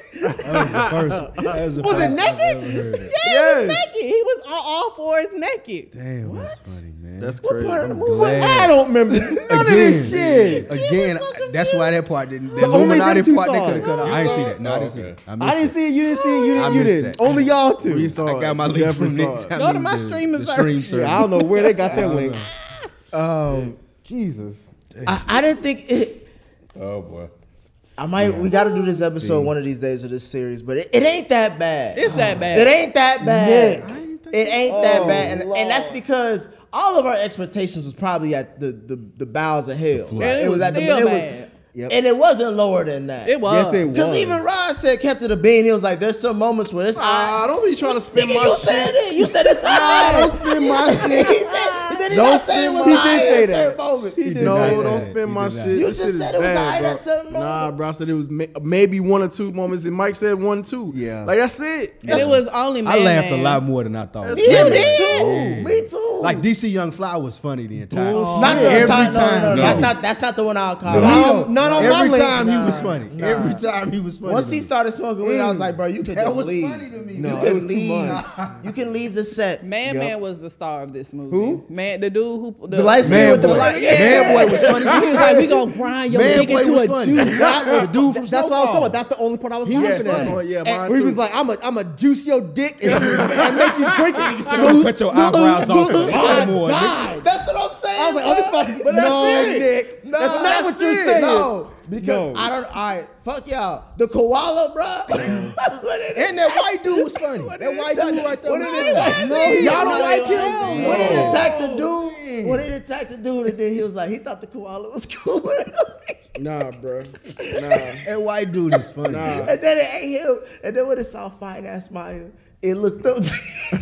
Speaker 5: That was the first. That was the
Speaker 6: Was it
Speaker 5: first I've
Speaker 6: naked?
Speaker 5: ever heard it.
Speaker 3: Yeah, he was
Speaker 4: Yes.
Speaker 3: naked. He was on all fours naked.
Speaker 5: Damn, that's funny, man.
Speaker 4: That's crazy. I'm
Speaker 5: glad.
Speaker 6: I don't remember none of this shit.
Speaker 5: Again, that's why that part didn't. The
Speaker 6: only
Speaker 5: Illuminati
Speaker 6: thing you
Speaker 5: part they
Speaker 6: saw.
Speaker 5: could have cut out. I didn't see that. No, I didn't see it. I,
Speaker 6: I didn't
Speaker 5: missed it.
Speaker 6: see it. You didn't see it. You
Speaker 5: I
Speaker 6: didn't. You
Speaker 5: missed
Speaker 6: didn't.
Speaker 5: that.
Speaker 6: Only y'all two.
Speaker 4: We saw
Speaker 5: I got my
Speaker 4: it.
Speaker 5: link from
Speaker 4: Definitely saw
Speaker 5: Nick.
Speaker 4: it.
Speaker 5: I
Speaker 3: Go to
Speaker 5: mean,
Speaker 3: my
Speaker 5: the-
Speaker 3: stream
Speaker 5: the
Speaker 3: is
Speaker 5: stream
Speaker 3: there.
Speaker 5: service.
Speaker 6: Yeah, I don't know where they got that link. Um, Jesus.
Speaker 2: I, I didn't think it.
Speaker 1: Oh boy.
Speaker 2: I might. We got to do this episode one of these days of this series, but it, it ain't that bad.
Speaker 3: It's that bad.
Speaker 2: It ain't that bad.
Speaker 6: Nick.
Speaker 2: It ain't that
Speaker 6: Oh,
Speaker 2: bad, and, and that's
Speaker 6: Lord.
Speaker 2: because all of our expectations was probably at the the, the bowels of hell.
Speaker 3: And it was still bad.
Speaker 6: Yep.
Speaker 2: and it wasn't lower than that.
Speaker 3: It was.
Speaker 6: Yes, it was.
Speaker 2: Because even Rod said kept it a bean. He was like, "There's some moments where it's
Speaker 4: Ah,
Speaker 2: I
Speaker 4: don't be trying to spin my
Speaker 2: you
Speaker 4: shit.
Speaker 6: Ah,
Speaker 2: said it. You said it's all right.
Speaker 4: don't spin my shit.
Speaker 2: [LAUGHS] He said- did
Speaker 6: Don't
Speaker 2: not say it
Speaker 6: spin
Speaker 2: was
Speaker 6: my- He
Speaker 2: all right
Speaker 6: did say
Speaker 2: at
Speaker 6: that.
Speaker 2: certain moments.
Speaker 6: He did not
Speaker 4: No,
Speaker 6: say
Speaker 4: don't
Speaker 6: that.
Speaker 4: spin
Speaker 6: He
Speaker 4: my
Speaker 6: did not.
Speaker 4: shit.
Speaker 2: You
Speaker 4: This
Speaker 2: just
Speaker 4: shit
Speaker 2: said
Speaker 4: is
Speaker 2: it was
Speaker 4: bad,
Speaker 2: alright
Speaker 4: bro.
Speaker 2: at certain
Speaker 4: Nah,
Speaker 2: moments.
Speaker 4: bro, I said it was ma- maybe one or two moments, and Mike said one, two.
Speaker 6: Yeah.
Speaker 4: like that's it.
Speaker 3: And it was only man.
Speaker 5: I laughed
Speaker 3: Man.
Speaker 5: a lot more than I thought.
Speaker 4: You
Speaker 2: Yeah,
Speaker 4: Yeah.
Speaker 2: me
Speaker 4: Yeah.
Speaker 2: too. Me too.
Speaker 5: Like DC Young Fly was funny the entire
Speaker 2: not the
Speaker 5: every
Speaker 2: time.
Speaker 5: time.
Speaker 2: No, no, no,
Speaker 1: No.
Speaker 2: That's not. That's not the one I'll call.
Speaker 1: No.
Speaker 2: Not
Speaker 5: No,
Speaker 2: on- Um, not on my
Speaker 5: every
Speaker 2: list.
Speaker 5: time
Speaker 2: Nah.
Speaker 5: he was funny. Every time he was funny.
Speaker 2: Once
Speaker 5: to
Speaker 2: he
Speaker 5: me.
Speaker 2: started smoking weed, I was like, bro, you could
Speaker 5: That
Speaker 2: just
Speaker 5: was
Speaker 2: leave.
Speaker 5: funny to me.
Speaker 2: You
Speaker 5: No,
Speaker 2: can
Speaker 5: it was too
Speaker 2: leave. You can leave the [LAUGHS] set.
Speaker 3: Man, man was the star of this movie. Who? Man, the dude who the,
Speaker 2: light skin
Speaker 5: Man
Speaker 2: with the
Speaker 5: Boy.
Speaker 2: black-
Speaker 3: yeah.
Speaker 5: Man Boy was funny.
Speaker 3: [LAUGHS] He was like, we gonna grind your
Speaker 5: Man
Speaker 3: dick
Speaker 5: Boy
Speaker 3: into
Speaker 5: was
Speaker 3: a
Speaker 5: funny.
Speaker 3: juice.
Speaker 5: the dude from
Speaker 6: That's what I was talking
Speaker 5: Snowfall.
Speaker 6: about. That's the only part I was
Speaker 4: was
Speaker 6: laughing at.
Speaker 4: funny. Yeah, mine
Speaker 6: and he was
Speaker 4: too.
Speaker 6: like, "I'm a, I'm a juice your dick and, and make
Speaker 2: [LAUGHS]
Speaker 6: you drink it." And
Speaker 5: I'm gonna cut your eyebrows off a lot more. nigga.
Speaker 6: died.
Speaker 2: That's what I'm saying.
Speaker 6: I was like, "Oh, this
Speaker 2: bro.
Speaker 6: fucking
Speaker 2: But
Speaker 6: no,
Speaker 2: that's it.
Speaker 6: Nick.
Speaker 2: No,
Speaker 6: that's not
Speaker 2: that's
Speaker 6: what you're
Speaker 2: it.
Speaker 6: saying."
Speaker 2: No, because
Speaker 6: No.
Speaker 2: I don't. All right, fuck y'all. The koala, bro. [LAUGHS]
Speaker 5: And that white dude was funny.
Speaker 2: What
Speaker 5: That
Speaker 2: did it
Speaker 5: white
Speaker 2: tell-
Speaker 5: dude right there.
Speaker 2: what
Speaker 5: was
Speaker 2: did it
Speaker 5: funny.
Speaker 2: tell
Speaker 5: No,
Speaker 2: you?
Speaker 5: y'all
Speaker 2: No,
Speaker 5: don't like
Speaker 2: it
Speaker 5: him.
Speaker 2: When it
Speaker 5: No.
Speaker 2: attacked the dude, when it attacked the dude, and then he was like, he thought the koala was [LAUGHS] cool.
Speaker 4: Nah, bro. [LAUGHS] Nah.
Speaker 5: That white dude is funny.
Speaker 4: Nah.
Speaker 2: and then it ate him. And then when it saw fine ass Maya, it looked up. [LAUGHS]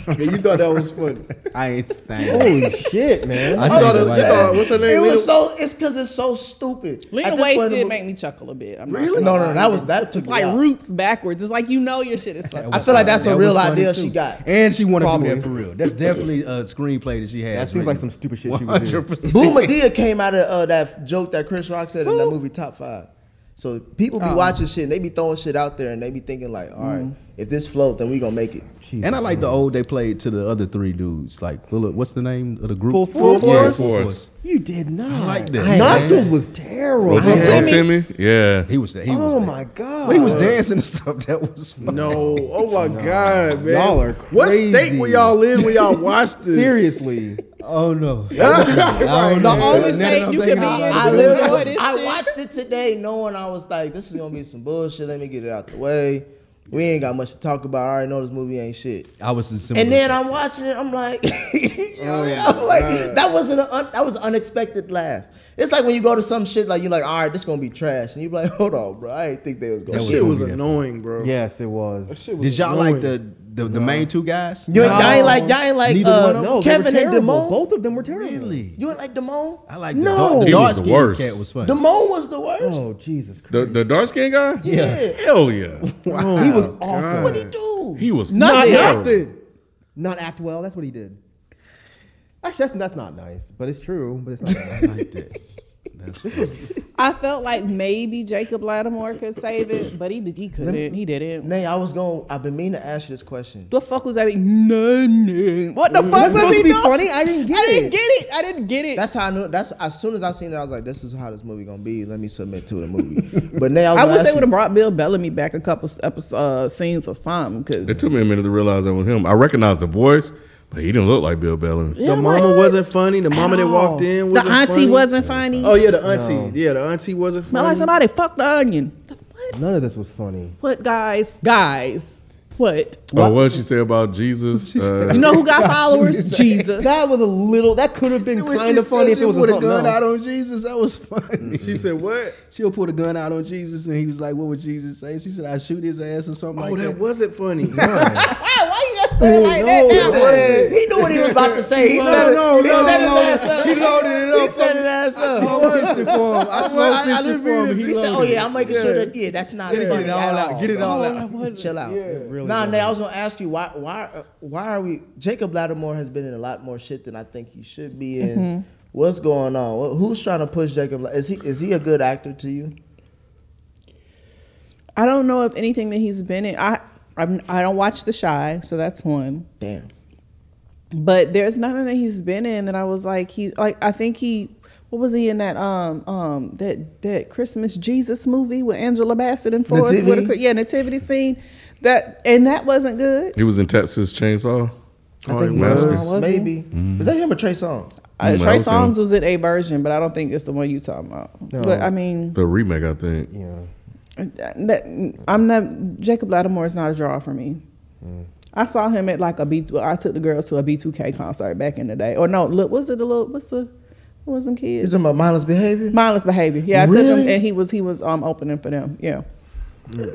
Speaker 4: Yeah, you thought that was funny.
Speaker 5: I ain't stand.
Speaker 6: Holy shit, man!
Speaker 5: I
Speaker 4: You thought,
Speaker 5: thought
Speaker 4: it was, you thought what's her
Speaker 2: It
Speaker 4: name?
Speaker 2: was so. It's because it's so stupid. At
Speaker 3: Lena
Speaker 2: this
Speaker 3: Waithe
Speaker 2: point in
Speaker 3: did
Speaker 2: the-
Speaker 3: make me chuckle a bit. I'm not
Speaker 2: Really?
Speaker 3: gonna
Speaker 2: No, no,
Speaker 3: lie.
Speaker 2: that was that took
Speaker 3: It's like
Speaker 2: me out.
Speaker 3: roots backwards. It's like you know your shit is fucked.
Speaker 2: I
Speaker 3: up.
Speaker 2: feel like that's a
Speaker 5: That
Speaker 2: real
Speaker 5: was funny,
Speaker 2: idea
Speaker 5: too.
Speaker 2: she got.
Speaker 5: And she wanted to
Speaker 6: Probably.
Speaker 5: do that for real. That's definitely a screenplay that she had.
Speaker 6: That seems like some stupid shit she would do.
Speaker 2: Boo Medea came out of uh, that joke that Chris Rock said in that movie Top Five. So people be watching shit and they be throwing shit out there and they be thinking like, all right, if this float, then we gonna make it.
Speaker 5: And I like the old they played to the other three dudes. Like Philip, what's the name of the group?
Speaker 6: Full Full Force?
Speaker 5: Yeah,
Speaker 6: Force.
Speaker 5: Full Force.
Speaker 6: You did not. I
Speaker 5: like that.
Speaker 6: Nostrils was terrible.
Speaker 1: Robo
Speaker 2: had-
Speaker 1: Timmy. Oh, Yeah.
Speaker 5: He was. the- He
Speaker 6: Oh
Speaker 5: was
Speaker 6: my god!
Speaker 5: Well, he was dancing and stuff. That was funny.
Speaker 4: [LAUGHS] No. Oh my God, man.
Speaker 6: Y'all are
Speaker 4: What state
Speaker 6: crazy.
Speaker 4: were y'all in when y'all watched this?
Speaker 6: Seriously,
Speaker 5: Oh [LAUGHS] no.
Speaker 3: the only state you could be in.
Speaker 2: I
Speaker 3: I enjoy
Speaker 2: literally,
Speaker 3: this
Speaker 2: I
Speaker 3: shit.
Speaker 2: watched it today knowing I was like, this is gonna be some bullshit. Let me get it out the way. We ain't got much to talk about. I already know this movie ain't shit.
Speaker 5: I was in similar.
Speaker 2: And then I'm watching it. I'm like, [LAUGHS] yo, [LAUGHS] yo, like, that wasn't an un, that was an unexpected laugh. It's like when you go to some shit like you're like, all right, this gonna be trash, and you be like, hold on, bro, I didn't think they was gonna.
Speaker 5: That
Speaker 2: shit.
Speaker 4: Shit was
Speaker 5: That was
Speaker 4: annoying, bro.
Speaker 6: yes, it was.
Speaker 4: Shit was
Speaker 5: Did y'all
Speaker 4: annoying.
Speaker 5: like the the, the main two guys?
Speaker 2: You ain't, y'all ain't like y'all ain't like
Speaker 5: Neither
Speaker 2: uh,
Speaker 5: one of
Speaker 6: No, they were
Speaker 2: Kevin and
Speaker 6: terrible.
Speaker 2: Damone.
Speaker 6: Both of them were terrible.
Speaker 5: Really?
Speaker 2: You ain't like Damone.
Speaker 5: I like
Speaker 6: No.
Speaker 5: the,
Speaker 6: He
Speaker 5: the dark
Speaker 1: was the
Speaker 5: skinned
Speaker 1: worst.
Speaker 5: cat was funny.
Speaker 2: Damone was the worst.
Speaker 6: Oh Jesus
Speaker 1: The
Speaker 6: Christ!
Speaker 1: the dark skinned guy?
Speaker 2: Yeah.
Speaker 1: Hell yeah.
Speaker 6: he was awful.
Speaker 2: What'd he do?
Speaker 1: He was
Speaker 3: Nothing.
Speaker 1: not
Speaker 6: Nothing. Not act well. That's what he did. Actually, that's, that's not nice, but it's true. But it's not nice.
Speaker 5: Like that.
Speaker 3: I felt like maybe Jacob Lattimore could save it, but he did. He couldn't. He didn't.
Speaker 2: Nay, I was going. I've been meaning to ask you this question.
Speaker 3: The fuck was that? Nothing. What the fuck
Speaker 6: That's
Speaker 3: was
Speaker 6: supposed
Speaker 3: he
Speaker 6: to be
Speaker 3: doing?
Speaker 6: funny? I didn't get
Speaker 3: I didn't
Speaker 6: it.
Speaker 3: get it. I didn't get it.
Speaker 2: That's how I knew. That's as soon as I seen it, I was like, "This is how this movie gonna be." Let me submit to the
Speaker 6: [LAUGHS]
Speaker 2: movie. But now I, was
Speaker 3: I
Speaker 2: gonna
Speaker 3: wish they
Speaker 2: ask
Speaker 3: would
Speaker 2: you-
Speaker 3: have brought Bill Bellamy back a couple episodes, uh, scenes or something. Cause
Speaker 1: It took me a minute to realize that was him. I recognized the voice, but he didn't look like Bill Bellamy.
Speaker 4: The
Speaker 3: I'm
Speaker 4: mama
Speaker 3: like,
Speaker 4: wasn't funny. The mama that
Speaker 3: all.
Speaker 4: walked in
Speaker 3: Oh, the
Speaker 4: wasn't
Speaker 3: auntie
Speaker 4: funny.
Speaker 3: wasn't funny.
Speaker 4: Oh yeah, the auntie. Yeah, the auntie wasn't
Speaker 3: Smell
Speaker 4: funny.
Speaker 3: like somebody fucked the onion. The- What?
Speaker 6: None of this was funny.
Speaker 3: What guys? Guys. What?
Speaker 1: Oh, what she say about Jesus? Uh,
Speaker 3: You know
Speaker 4: [LAUGHS]
Speaker 3: who got followers? Jesus. [LAUGHS]
Speaker 6: That was a little. That could have been
Speaker 5: When she
Speaker 6: kind of
Speaker 5: said
Speaker 6: funny if
Speaker 5: she
Speaker 6: it was
Speaker 5: put
Speaker 6: something
Speaker 5: a gun
Speaker 6: else.
Speaker 5: out on Jesus. That was funny.
Speaker 4: She said what?
Speaker 5: [LAUGHS] She'll put a gun out on Jesus, and he was like, "What would Jesus say?" She said, "I shoot his ass or something
Speaker 4: Oh,
Speaker 5: like
Speaker 4: that
Speaker 5: that."
Speaker 4: wasn't funny.
Speaker 3: Why you gotta say it like
Speaker 2: He
Speaker 3: that? now?
Speaker 2: said- he knew what he was about to say. He
Speaker 4: No,
Speaker 2: set, it-
Speaker 4: no,
Speaker 2: he
Speaker 4: no,
Speaker 2: set
Speaker 4: no.
Speaker 2: his ass up.
Speaker 4: He loaded it
Speaker 2: He
Speaker 4: up.
Speaker 2: set his ass up.
Speaker 5: I slow pitched it for him. I
Speaker 4: [LAUGHS]
Speaker 5: slow
Speaker 4: I- I
Speaker 5: pitched it
Speaker 4: didn't
Speaker 5: for
Speaker 4: read
Speaker 5: him.
Speaker 4: it.
Speaker 2: He said, "Oh yeah, I'm making sure that yeah, that's not
Speaker 5: Get it
Speaker 2: funny
Speaker 5: all
Speaker 2: at
Speaker 5: out. Get it all
Speaker 2: bro.
Speaker 5: out. Oh,
Speaker 2: Chill out.
Speaker 6: really
Speaker 2: nah,
Speaker 6: wasn't.
Speaker 2: Nate, I was gonna ask you why why uh, why are we? Jacob Lattimore has been in a lot more shit than I think he should be in. What's going on? What- Who's trying to push Jacob? Latt- Is he is he a good actor to you?
Speaker 3: I don't know if anything that he's been in. I I'm, I don't watch The Shy, so that's one.
Speaker 2: Damn.
Speaker 3: But there's nothing that he's been in that I was like he like I think he what was he in that um um that that Christmas Jesus movie with Angela Bassett and Forrest
Speaker 2: Nativity?
Speaker 3: Whitaker? Yeah, nativity scene. That and that wasn't good.
Speaker 1: he was in Texas Chainsaw.
Speaker 3: Oh,
Speaker 2: I think he
Speaker 1: Masterpiece.
Speaker 3: was.
Speaker 2: was. Maybe. Is that him or Trey Songz?
Speaker 3: Uh,
Speaker 1: Mm, that
Speaker 3: Trey
Speaker 1: was him.
Speaker 3: Songz was in a version, but I don't think it's the one you talking about. But I mean,
Speaker 1: The remake, I think.
Speaker 6: Yeah.
Speaker 3: that, I'm not Jacob Lattimore is not a draw for me. I saw him at like a B. I took the girls to a B2K concert back in the day. Or no, look, what's it the little? What's the? What was them
Speaker 2: You
Speaker 3: kids?
Speaker 2: talking about mindless behavior?
Speaker 3: Mindless behavior. Yeah, I took him
Speaker 2: Really?
Speaker 3: and he was he was um opening for them. Yeah.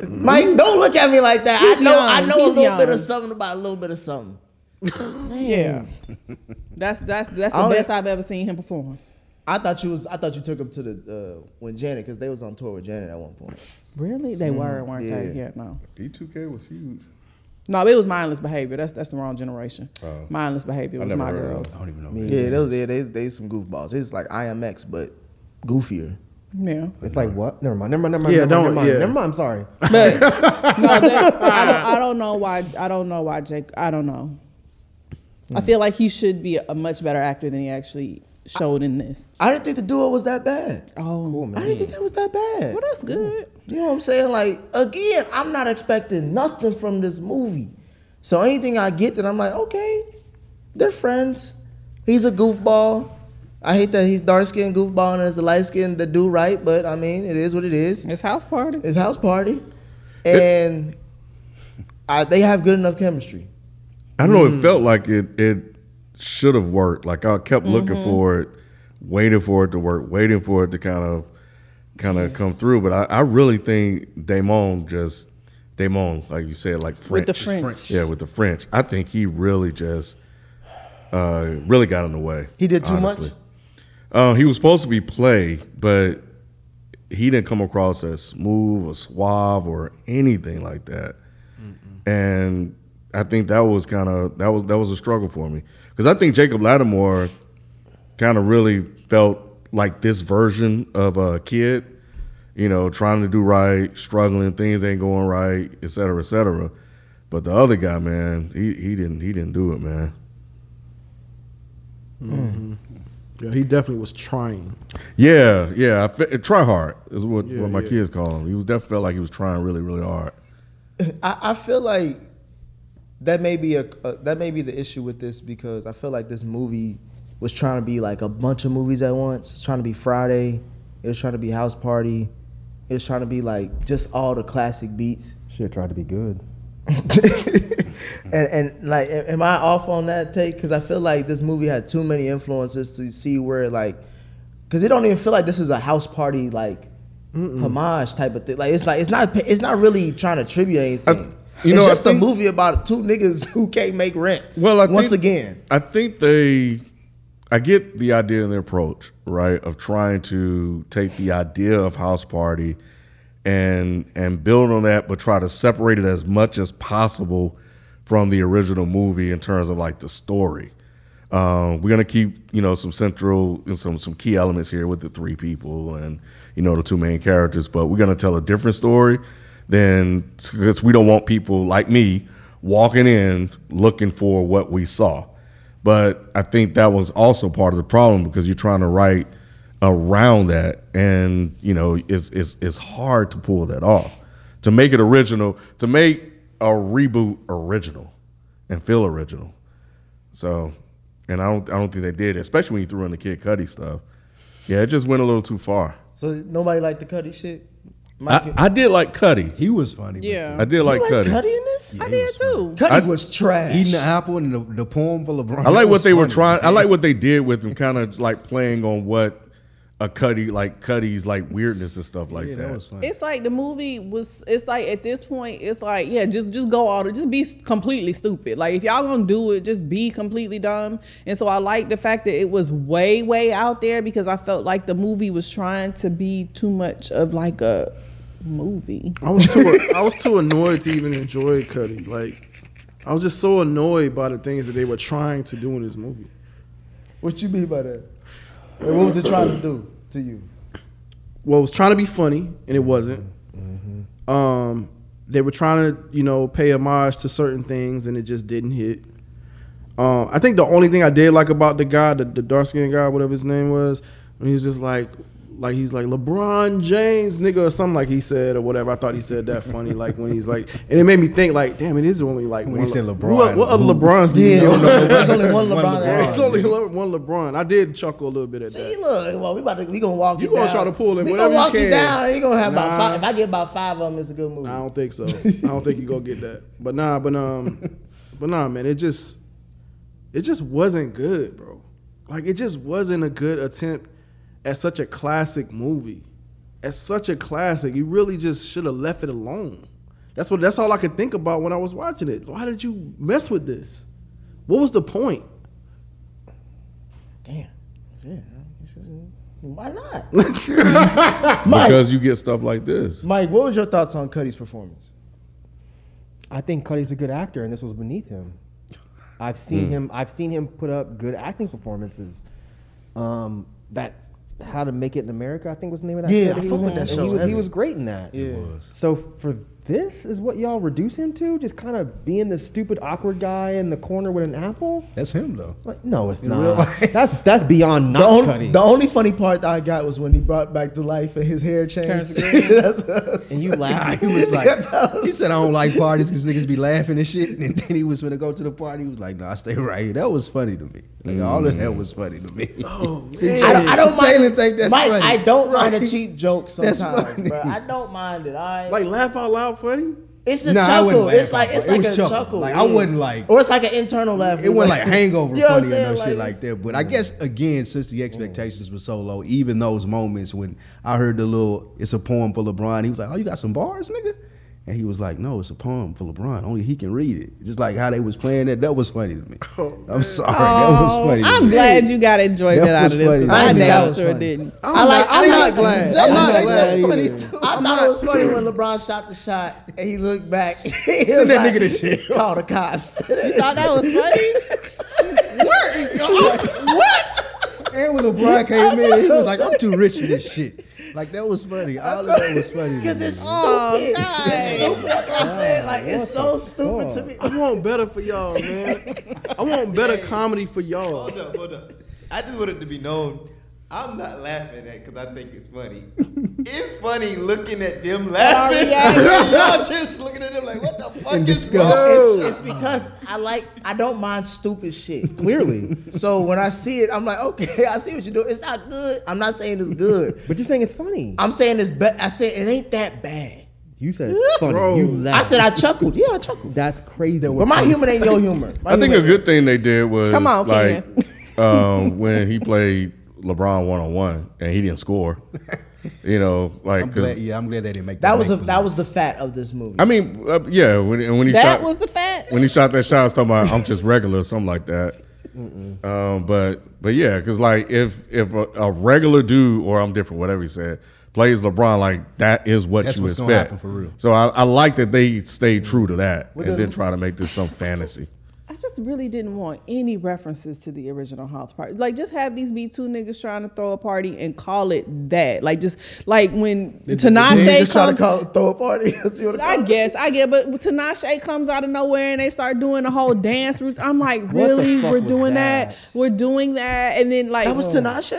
Speaker 2: Mike, don't look at me like that.
Speaker 3: He's
Speaker 2: I know
Speaker 3: young.
Speaker 2: I know
Speaker 3: He's
Speaker 2: a little
Speaker 3: young.
Speaker 2: bit of something about a little bit of something.
Speaker 3: Yeah, that's that's that's
Speaker 2: I
Speaker 3: the
Speaker 2: only-
Speaker 3: best I've ever seen him perform.
Speaker 2: I thought you was. I thought you took him to the uh, when Janet because they was on tour with Janet at one point.
Speaker 3: Really, they were weren't they?
Speaker 2: yeah.
Speaker 3: Yeah, no,
Speaker 1: D2K was huge.
Speaker 3: no, it was mindless behavior. That's that's the wrong generation.
Speaker 1: Oh.
Speaker 3: Mindless behavior
Speaker 1: I
Speaker 3: was
Speaker 1: never
Speaker 3: my
Speaker 1: heard of
Speaker 3: girls.
Speaker 5: I don't even know.
Speaker 2: Yeah, those yeah, they they some goofballs. It's like IMX but goofier.
Speaker 3: Yeah,
Speaker 6: It's like what? Never mind. Never mind. Never mind.
Speaker 4: Yeah,
Speaker 6: never
Speaker 4: don't-
Speaker 6: mind, Never mind.
Speaker 4: yeah.
Speaker 6: Never mind. I'm sorry.
Speaker 3: but no, that, I, don't, I don't know why. I don't know why Jake. I don't know. I feel like he should be a, much better actor than he actually showed in this.
Speaker 2: I didn't think the duo was that bad.
Speaker 3: Oh,
Speaker 2: I didn't think that was that bad.
Speaker 3: well, that's good.
Speaker 2: You know what I'm saying? Like again, I'm not expecting nothing from this movie. So anything I get that I'm like, okay, they're friends. He's a goofball. I hate that he's dark skinned goofball and is the light skinned that do right, but I mean it is what it is.
Speaker 3: It's house party.
Speaker 2: It's house party. And I, they have good enough chemistry.
Speaker 1: I don't know.
Speaker 3: Mm.
Speaker 1: It felt like it it should have worked. Like I kept
Speaker 3: Mm-hmm.
Speaker 1: looking for it, waiting for it to work, waiting for it to kind of kind of come through. But I, I really think Damon just Damon, like you said, like French.
Speaker 3: With the French.
Speaker 1: Yeah, with the French. I think he really just uh, really got in the way.
Speaker 2: He did too much?
Speaker 1: Uh, he was supposed to be play, but he didn't come across as smooth or suave or anything like that. And I think that was kind of that was that was a struggle for me because I think Jacob Lattimore kind of really felt like this version of a kid, you know, trying to do right, struggling, things ain't going right, et cetera, et cetera. But the other guy, man, he, he didn't he didn't do it, man.
Speaker 4: Yeah, he definitely was trying.
Speaker 1: Yeah, yeah. I fe- try hard is what,
Speaker 4: Yeah,
Speaker 1: what my
Speaker 4: yeah.
Speaker 1: kids call him. He was definitely felt like he was trying really, really hard.
Speaker 2: I, I feel like that may be a, a that may be the issue with this because I feel like this movie was trying to be like a bunch of movies at once. It's trying to be Friday. It was trying to be House Party. It was trying to be like just all the classic beats.
Speaker 6: Should have tried to
Speaker 2: [LAUGHS]
Speaker 6: be good.
Speaker 2: and and like, a- am I off on that take? Because I feel like this movie had too many influences to see where like, because it don't even feel like this is a house party like homage type of thing. Like it's like it's not it's not really trying to tribute anything.
Speaker 1: Uh, you
Speaker 2: it's
Speaker 1: know, I
Speaker 2: just a
Speaker 1: think-
Speaker 2: movie about two niggas [LAUGHS] who can't make rent.
Speaker 1: Well, I
Speaker 2: once
Speaker 1: think-
Speaker 2: again,
Speaker 1: I think they, I get the idea and the approach, right, of trying to take the idea of house party and and build on that, but try to separate it as much as possible from the original movie in terms of like the story. Um, we're gonna keep you know some central and some some key elements here with the three people and you know the two main characters, but we're gonna tell a different story than because we don't want people like me walking in looking for what we saw. But I think that was also part of the problem because you're trying to write around that, and you know it's it's it's hard to pull that off to make it original to make a reboot original and feel original. So, and I don't I don't think they did, especially when you threw in the Kid Cudi stuff. Yeah, it just went a little too far.
Speaker 2: so nobody liked the Cuddy shit.
Speaker 1: I, I did like Cudi.
Speaker 5: He was funny. but
Speaker 3: Yeah.
Speaker 1: I did like,
Speaker 2: you like
Speaker 1: Cudi.
Speaker 2: Cuddy in this?
Speaker 3: I did too.
Speaker 2: Cuddy
Speaker 1: I-
Speaker 2: was trash.
Speaker 5: Eating the apple and the, the poem for LeBron.
Speaker 1: I like
Speaker 5: It Oh, was
Speaker 1: what they were
Speaker 5: funny.
Speaker 1: trying. I like what they did with him, kind of like playing on what a Cudi like Cudi's like weirdness and stuff like
Speaker 5: Yeah,
Speaker 1: that.
Speaker 5: that was funny.
Speaker 3: It's like the movie was. It's like at this point, it's like yeah, just just go all the, just be s- completely stupid. Like if y'all gonna do it, just be completely dumb. And so I like the fact that it was way way out there because I felt like the movie was trying to be too much of like a movie.
Speaker 4: I was too I was too annoyed to even enjoy Cuddy. Like I was just so annoyed by the things that they were trying to do in this movie.
Speaker 2: What you mean by that? Like, what was it trying to do to you?
Speaker 4: Well, it was trying to be funny and it wasn't. Um, they were trying to you know pay homage to certain things and it just didn't hit. Um, I think the only thing I did like about the guy, the, the dark skinned guy, whatever his name was, when he was just like, like he's like LeBron James, nigga, or something like he said or whatever. I thought he said that
Speaker 5: [LAUGHS]
Speaker 4: funny, like when he's like, and it made me think like, damn, it is only like
Speaker 5: When he
Speaker 4: one
Speaker 5: said
Speaker 4: Le-
Speaker 5: LeBron,
Speaker 4: What, what other
Speaker 5: who-
Speaker 4: LeBrons? do you
Speaker 2: Yeah,
Speaker 4: know?
Speaker 5: [LAUGHS]
Speaker 2: there's only- there's only one LeBron.
Speaker 4: Yeah, it's
Speaker 2: around.
Speaker 4: only [LAUGHS] Le- one LeBron. I did chuckle a little bit at
Speaker 2: See,
Speaker 4: that.
Speaker 2: look, well, we about to, we gonna walk
Speaker 4: You
Speaker 2: it
Speaker 4: gonna
Speaker 2: down.
Speaker 4: try to pull it
Speaker 2: We
Speaker 4: whatever
Speaker 2: gonna
Speaker 4: you
Speaker 2: walk
Speaker 4: can.
Speaker 2: it down. You gonna have about
Speaker 4: Nah.
Speaker 2: five. If I get about five of them, it's a good movie.
Speaker 4: I don't think so. I don't think you're gonna get that. But nah, but um, but nah, man, it just, it just wasn't good, bro. Like it just wasn't a good attempt at such a classic movie, at such a classic. You really just should have left it alone. That's what. That's all I could think about when I was watching it. Why did you mess with this? What was the point?
Speaker 2: Damn. Yeah. this is- Why
Speaker 5: [LAUGHS]
Speaker 2: not? Mike,
Speaker 1: because you get stuff like this.
Speaker 2: Mike, what was your thoughts on Cuddy's performance?
Speaker 6: I think Cuddy's a good actor, and this was beneath him. I've seen
Speaker 2: Hmm.
Speaker 6: him. I've seen him put up good acting performances. Um, that How to Make It in America, I think was the name of that.
Speaker 2: Yeah,
Speaker 6: show
Speaker 2: I
Speaker 6: he
Speaker 2: fuck
Speaker 6: was
Speaker 2: with
Speaker 6: on,
Speaker 2: that
Speaker 6: and
Speaker 2: show
Speaker 6: He was, he
Speaker 2: heavy.
Speaker 6: was great in that.
Speaker 2: Yeah.
Speaker 6: So for this is what y'all reduce him to, just kind of being this stupid, awkward guy in the corner with an apple.
Speaker 5: That's him though.
Speaker 6: Like, no, it's
Speaker 5: real
Speaker 6: not.
Speaker 5: life.
Speaker 6: That's that's beyond
Speaker 2: The
Speaker 6: not
Speaker 2: only,
Speaker 6: Cuddy.
Speaker 2: the only funny part that I got was when he brought back to life and his hair changed.
Speaker 3: Turns
Speaker 2: [LAUGHS]
Speaker 3: green.
Speaker 2: That's us.
Speaker 6: and you
Speaker 2: [LAUGHS]
Speaker 6: laugh.
Speaker 5: He was like, he said, I don't like parties because niggas be laughing and shit. [LAUGHS] And then he was gonna go to the party. He was like, Nah, stay right here. That was funny to me. Like all of that was funny to me. [LAUGHS] Oh man,
Speaker 2: Mm. I don't, I don't mind.
Speaker 5: Jalen think that's
Speaker 2: Mike,
Speaker 5: funny.
Speaker 2: I don't mind
Speaker 5: [LAUGHS]
Speaker 2: a cheap joke
Speaker 5: That's
Speaker 2: sometimes,
Speaker 5: funny.
Speaker 2: bro. I don't mind it. I
Speaker 4: Like laugh out loud funny?
Speaker 2: it's a
Speaker 5: Nah, I
Speaker 2: chuckle.
Speaker 5: wouldn't laugh
Speaker 2: It's like
Speaker 5: out
Speaker 2: it's
Speaker 5: loud. It
Speaker 2: like
Speaker 5: was
Speaker 2: a
Speaker 5: chuckle.
Speaker 2: chuckle.
Speaker 5: Like, I
Speaker 2: yeah.
Speaker 5: wouldn't, like-
Speaker 2: or it's like an internal laugh.
Speaker 5: It wasn't like hangover
Speaker 2: [LAUGHS] You know what I'm
Speaker 5: funny or no
Speaker 2: saying? Like,
Speaker 5: shit like
Speaker 2: it's-
Speaker 5: that. But I guess again, since the expectations were so low, even those moments when I heard the little it's a poem for LeBron, he was like, Oh, you got some bars, nigga? And he was like, No, it's a poem for LeBron. Only he can read it. Just like how they was playing that, that was funny
Speaker 2: [LAUGHS]
Speaker 5: to me.
Speaker 2: Oh,
Speaker 5: I'm sorry, that was funny. to
Speaker 3: I'm
Speaker 5: me.
Speaker 3: glad you got enjoyed
Speaker 5: That
Speaker 3: that, out
Speaker 5: was
Speaker 3: of this.
Speaker 5: funny.
Speaker 3: 'cause
Speaker 5: I
Speaker 3: I
Speaker 2: think that
Speaker 3: damn
Speaker 2: was
Speaker 3: sure
Speaker 2: funny.
Speaker 3: didn't.
Speaker 2: I like. I'm not glad. I'm not
Speaker 5: That
Speaker 2: glad.
Speaker 5: was funny
Speaker 2: either.
Speaker 5: too.
Speaker 2: I thought it was funny when LeBron shot the shot and he looked back. [LAUGHS] He was
Speaker 5: that
Speaker 2: like,
Speaker 5: nigga this shit.
Speaker 2: [LAUGHS] Call the cops.
Speaker 3: You thought that was funny?
Speaker 5: [LAUGHS] And
Speaker 2: [LAUGHS]
Speaker 5: when LeBron came in, he was like, I'm too rich for this shit. Like that was funny. All of that was funny. to
Speaker 2: Because
Speaker 5: me.
Speaker 2: it's stupid.
Speaker 3: Oh,
Speaker 2: It's stupid. Like I said, like it's so stupid to [LAUGHS] me.
Speaker 4: I want better for y'all, man. I want better comedy for y'all.
Speaker 7: Hold up, hold up. I just want it to be known. I'm not laughing at because I think
Speaker 3: [LAUGHS]
Speaker 7: it's funny. it's funny looking at them
Speaker 5: [LAUGHS]
Speaker 7: laughing. [LAUGHS] Y'all just looking at them like, what the fuck
Speaker 5: In
Speaker 7: is
Speaker 5: disgust.
Speaker 7: wrong?
Speaker 2: It's because I like I don't mind stupid
Speaker 5: [LAUGHS]
Speaker 2: shit.
Speaker 6: clearly.
Speaker 2: So when I see it, I'm like, okay, [LAUGHS] I see what you do. It's not good. I'm not saying it's good.
Speaker 6: But you're saying it's funny.
Speaker 2: I'm saying it's bad. I said it ain't that bad.
Speaker 6: You said it's funny.
Speaker 4: Bro.
Speaker 6: You laughed.
Speaker 2: I said I chuckled. Yeah, I chuckled.
Speaker 6: that's crazy.
Speaker 2: But my humor ain't your humor. My
Speaker 1: I think
Speaker 2: humor-
Speaker 1: a good thing they did was
Speaker 3: Come on,
Speaker 1: like [LAUGHS] um, when he played LeBron one on one and he didn't
Speaker 5: [LAUGHS]
Speaker 1: score. You know, like
Speaker 5: I'm glad,
Speaker 1: 'cause-
Speaker 5: yeah, I'm glad they didn't make that.
Speaker 2: that was a,
Speaker 5: make for
Speaker 2: that
Speaker 5: me.
Speaker 2: was the fat of this movie.
Speaker 1: I mean, uh, yeah, when and when he
Speaker 3: that
Speaker 1: shot
Speaker 3: was the fact.
Speaker 1: when he shot that shot, I was talking about I'm just regular, or something like that. Um, but but yeah, because like if if a, a regular dude or I'm different, whatever he said, plays LeBron, like that is what
Speaker 5: That's
Speaker 1: you
Speaker 5: what's gonna
Speaker 1: expect.
Speaker 5: happen for real.
Speaker 1: So I, I like that they stayed true to that and didn't try to make this some fantasy.
Speaker 3: I just really didn't want any references to the original house party. Like, just have these B two niggas trying to throw a party and call it that. Like, just like when Tinashe
Speaker 2: just trying to
Speaker 3: comes.
Speaker 2: call, throw a party. That's what you wanna call
Speaker 3: I
Speaker 2: it.
Speaker 3: guess I get, but Tinashe comes out of nowhere and they start doing the whole dance routes. I'm like,
Speaker 6: the
Speaker 3: really?
Speaker 6: fuck
Speaker 3: We're
Speaker 6: was
Speaker 3: doing that?
Speaker 6: that?
Speaker 3: We're doing that? And then like
Speaker 2: that was Tinashe.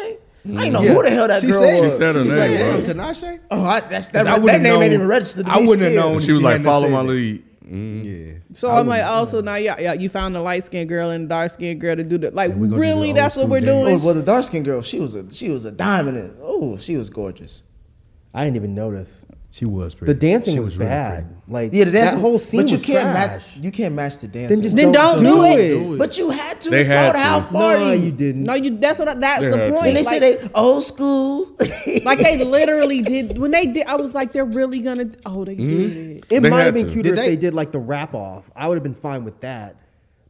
Speaker 2: I ain't know who the hell that
Speaker 5: she
Speaker 2: girl
Speaker 5: said,
Speaker 2: was.
Speaker 1: She said her
Speaker 5: she's
Speaker 1: name,
Speaker 5: like,
Speaker 1: bro.
Speaker 5: "Damn, Tinashe?
Speaker 2: oh, I, that's that,
Speaker 5: I
Speaker 2: that
Speaker 5: wouldn't
Speaker 2: name
Speaker 5: known-
Speaker 2: ain't even registered. To
Speaker 5: I
Speaker 2: me
Speaker 5: wouldn't have
Speaker 2: still.
Speaker 5: known.
Speaker 1: She was
Speaker 5: She
Speaker 1: like,
Speaker 5: hadn't
Speaker 1: "Follow my
Speaker 5: said it."
Speaker 1: lead."
Speaker 5: Yeah.
Speaker 3: So I'm like, oh, so now y'all, y'all, you found the light skinned girl and the dark skinned girl to do that. Like,
Speaker 5: And we gonna do the
Speaker 3: really,
Speaker 5: old
Speaker 3: that's what
Speaker 5: school
Speaker 3: we're doing?
Speaker 2: Oh, well, the dark skinned girl, she was a she was a diamond. in- Oh, she was gorgeous.
Speaker 6: I didn't even notice.
Speaker 5: She was pretty.
Speaker 6: The dancing
Speaker 2: [LAUGHS]
Speaker 5: She
Speaker 6: was,
Speaker 5: really
Speaker 6: bad.
Speaker 5: pretty.
Speaker 6: like
Speaker 2: Yeah, the dancing
Speaker 6: that whole scene
Speaker 2: But you
Speaker 6: was
Speaker 2: can't
Speaker 6: trash.
Speaker 2: match. You can't match the dancing.
Speaker 6: Then just
Speaker 3: Then don't do it.
Speaker 2: But you had to.
Speaker 1: They
Speaker 2: it's
Speaker 1: had
Speaker 2: called
Speaker 1: to.
Speaker 2: house
Speaker 6: No,
Speaker 2: party.
Speaker 6: you didn't.
Speaker 3: no, you. That's what. I, that's
Speaker 1: They
Speaker 3: the
Speaker 1: had
Speaker 3: point.
Speaker 1: to.
Speaker 2: And they
Speaker 3: like,
Speaker 2: say they old school.
Speaker 3: like they literally did when they did. I was like, they're really gonna. Oh,
Speaker 1: Mm-hmm.
Speaker 3: they did it.
Speaker 6: it
Speaker 1: They
Speaker 6: might have
Speaker 1: had
Speaker 6: been
Speaker 1: to.
Speaker 6: cuter
Speaker 5: Did
Speaker 6: if
Speaker 5: they-
Speaker 6: they, did like the wrap off. I would have been fine with that.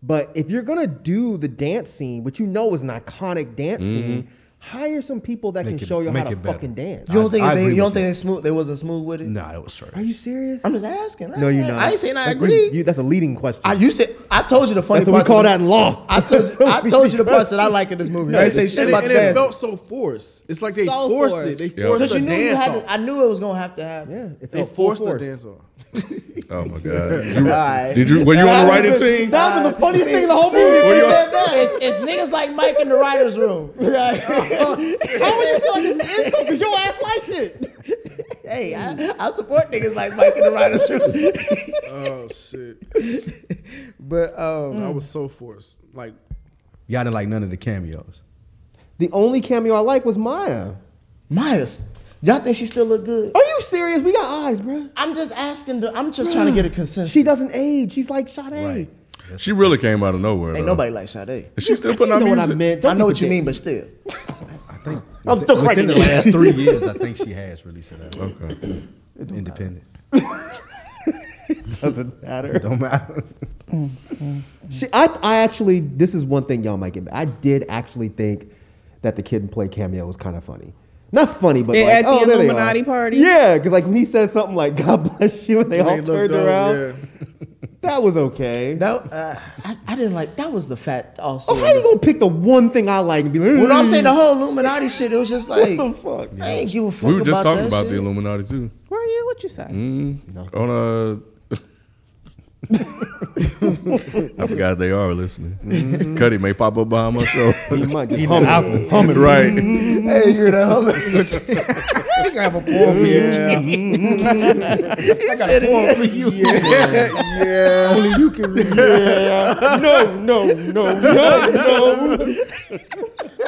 Speaker 6: But if you're gonna do the dance scene, which you know is an iconic dance scene, hire some people that
Speaker 5: Mm-hmm. Make
Speaker 6: can
Speaker 5: it-
Speaker 6: show you how
Speaker 5: make
Speaker 6: to
Speaker 5: it better.
Speaker 6: fucking dance.
Speaker 2: you don't think
Speaker 5: I
Speaker 2: they,
Speaker 5: agree
Speaker 2: you don't
Speaker 5: with
Speaker 2: think
Speaker 5: you.
Speaker 2: they smooth? They wasn't smooth with it.
Speaker 5: Nah, that was trash.
Speaker 6: Are you serious?
Speaker 2: I'm just asking.
Speaker 6: no,
Speaker 2: I-
Speaker 6: you're not.
Speaker 2: I ain't saying I
Speaker 6: Like, you-
Speaker 2: agree.
Speaker 6: you- that's a leading question.
Speaker 2: I, you said I told you the funny
Speaker 6: That's what we
Speaker 2: parts
Speaker 6: call
Speaker 2: of the-
Speaker 6: that in law.
Speaker 2: I told you, I told you the parts that I like in this movie. I ain't say shit
Speaker 4: And,
Speaker 2: about
Speaker 4: it,
Speaker 2: the
Speaker 4: and it
Speaker 2: dancing.
Speaker 4: felt so forced. It's like they
Speaker 3: So
Speaker 4: forced,
Speaker 3: forced.
Speaker 4: it. They
Speaker 1: Yeah.
Speaker 4: forced
Speaker 2: Because
Speaker 4: the
Speaker 2: you knew you
Speaker 4: dance
Speaker 2: had
Speaker 4: off.
Speaker 2: to, I knew it was gonna have to happen.
Speaker 6: yeah, it
Speaker 4: They
Speaker 6: felt full
Speaker 4: Oh, forced the
Speaker 6: force.
Speaker 4: dance off.
Speaker 1: Oh
Speaker 5: [LAUGHS]
Speaker 1: my god! You-
Speaker 2: Alright.
Speaker 1: did you? Were you on the writing team?
Speaker 6: That was the funniest thing in the whole movie.
Speaker 1: Were you on-
Speaker 2: It's, it's niggas like Mike in the writer's room. [LAUGHS] How would you feel like this is insult? Because your ass liked it. [LAUGHS] hey, I, I support niggas like Mike in the writer's
Speaker 5: [LAUGHS]
Speaker 2: room.
Speaker 4: [LAUGHS] Oh shit! [LAUGHS]
Speaker 2: but um,
Speaker 4: I was so forced. Like
Speaker 5: Y'all didn't like none of the cameos.
Speaker 6: The only cameo I like was Maya.
Speaker 2: Myers, y'all think she still look good?
Speaker 6: Are you serious? We got eyes, bruh.
Speaker 2: I'm just asking. The, I'm just trying to get a consensus.
Speaker 6: She doesn't age. She's like Sade.
Speaker 5: Right.
Speaker 1: She really came out of nowhere.
Speaker 2: Ain't
Speaker 1: though.
Speaker 2: nobody like Sade. [LAUGHS]
Speaker 1: Is she still putting
Speaker 6: You
Speaker 1: out
Speaker 6: know what
Speaker 1: music?
Speaker 6: I meant. Don't
Speaker 2: I know
Speaker 6: be
Speaker 2: what you
Speaker 6: ridiculous.
Speaker 2: mean, but still,
Speaker 6: I'm still
Speaker 5: Within
Speaker 6: cracking
Speaker 5: the
Speaker 6: it.
Speaker 5: last three years, I think she has released an album.
Speaker 1: Okay.
Speaker 5: Independent.
Speaker 6: [LAUGHS] Doesn't matter.
Speaker 5: Don't matter.
Speaker 6: She, I, I actually, this is one thing y'all might get. I did actually think that the kid in play cameo was kind of funny. Not funny, but
Speaker 3: Yeah,
Speaker 6: like,
Speaker 3: at the
Speaker 6: oh, there they
Speaker 3: Illuminati
Speaker 6: are.
Speaker 3: party?
Speaker 6: Yeah, because like when he says something like "God bless you" and they, all
Speaker 4: looked
Speaker 6: turned
Speaker 4: over,
Speaker 6: around,
Speaker 4: yeah.
Speaker 6: [LAUGHS] that was okay.
Speaker 2: That uh, I, I didn't like. That was the fat. Also,
Speaker 6: oh, how you gonna pick the one thing I like and be like, "Hmm,
Speaker 2: when I'm saying the whole Illuminati shit, it was just like
Speaker 6: the fuck?
Speaker 2: I ain't give a fuck.
Speaker 1: We were just
Speaker 2: about
Speaker 1: talking
Speaker 2: that
Speaker 1: about
Speaker 2: shit.
Speaker 1: the Illuminati too.
Speaker 3: Where are you? What you say?
Speaker 1: Mm-hmm. On uh I forgot they are listening. Cuddy may pop up behind my show. [LAUGHS]
Speaker 6: he [LAUGHS] might just hum it. Hum it.
Speaker 1: right.
Speaker 2: Hey, you're the homie.
Speaker 5: I think I have a poem for you. I got a poem for you.
Speaker 4: yeah.
Speaker 6: Only you can read. Yeah. No, no, no, no, no.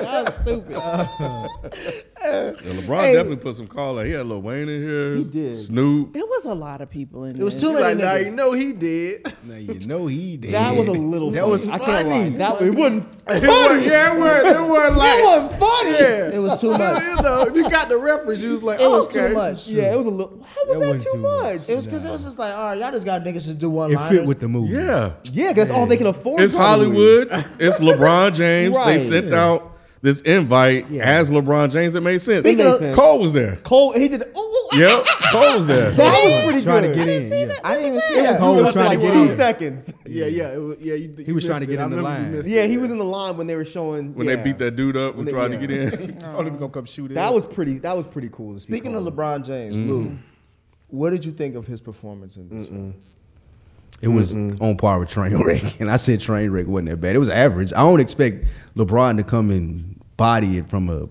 Speaker 3: That's stupid.
Speaker 1: Yeah, LeBron definitely put some call out. He had Lil Wayne in here. He
Speaker 6: did.
Speaker 1: Snoop.
Speaker 3: There was a lot of people in
Speaker 2: It was
Speaker 3: this.
Speaker 2: too
Speaker 4: Like
Speaker 2: many
Speaker 4: now you
Speaker 2: niggas.
Speaker 4: know he did.
Speaker 5: Now you know he did.
Speaker 6: That was a little.
Speaker 5: That
Speaker 6: funny.
Speaker 5: was
Speaker 6: I can't lie.
Speaker 5: funny.
Speaker 6: That it wasn't.
Speaker 4: It was, yeah, it was. It was like
Speaker 2: wasn't funny.
Speaker 4: Yeah.
Speaker 2: It was too
Speaker 5: [LAUGHS]
Speaker 2: much.
Speaker 4: you know, if you got the reference, you was like,
Speaker 2: It was
Speaker 4: okay.
Speaker 2: too much.
Speaker 6: [LAUGHS] Yeah, it was a little. How was that,
Speaker 5: That wasn't
Speaker 6: too,
Speaker 5: too
Speaker 6: much?
Speaker 5: much.
Speaker 2: It was because it was just like, all right, y'all just got niggas just do one
Speaker 5: It
Speaker 2: liners.
Speaker 5: fit with the movie.
Speaker 1: Yeah.
Speaker 6: Yeah, 'cause that's all they can afford.
Speaker 1: It's
Speaker 6: probably.
Speaker 1: Hollywood. It's LeBron James. They
Speaker 6: Right.
Speaker 1: sent out this invite
Speaker 6: Yeah.
Speaker 1: as LeBron James. It made sense.
Speaker 6: It made
Speaker 1: Cole
Speaker 6: sense.
Speaker 1: was there.
Speaker 6: Cole, he did. The, ooh, ooh, ah.
Speaker 1: Yep. Cole was there.
Speaker 6: that was pretty
Speaker 5: trying
Speaker 6: good.
Speaker 5: to get in. yeah.
Speaker 2: I didn't even see
Speaker 6: Yeah,
Speaker 2: that.
Speaker 6: Cole was
Speaker 5: was
Speaker 6: trying
Speaker 5: trying
Speaker 6: like
Speaker 5: to get
Speaker 6: two
Speaker 5: in.
Speaker 6: seconds.
Speaker 4: Yeah, yeah, it was, yeah. You, you
Speaker 5: was
Speaker 4: missed
Speaker 5: trying to
Speaker 4: it.
Speaker 5: get
Speaker 4: I
Speaker 5: in the
Speaker 4: remember you
Speaker 5: line.
Speaker 4: missed
Speaker 6: Yeah,
Speaker 4: it,
Speaker 6: he was in the line when they were showing.
Speaker 1: When
Speaker 6: yeah.
Speaker 1: they beat that dude up and
Speaker 6: they-
Speaker 1: tried to
Speaker 6: yeah.
Speaker 1: get in.
Speaker 5: Told him he gonna come shoot it.
Speaker 6: That was pretty. That was pretty cool. To see
Speaker 2: Speaking
Speaker 6: Cole.
Speaker 2: of LeBron James,
Speaker 1: Mm-hmm.
Speaker 2: Lou, what did you think of his performance in this film?
Speaker 5: It was on par with train wreck, [LAUGHS] and I said train wreck wasn't that bad. It was average. I don't expect LeBron to come and body it from a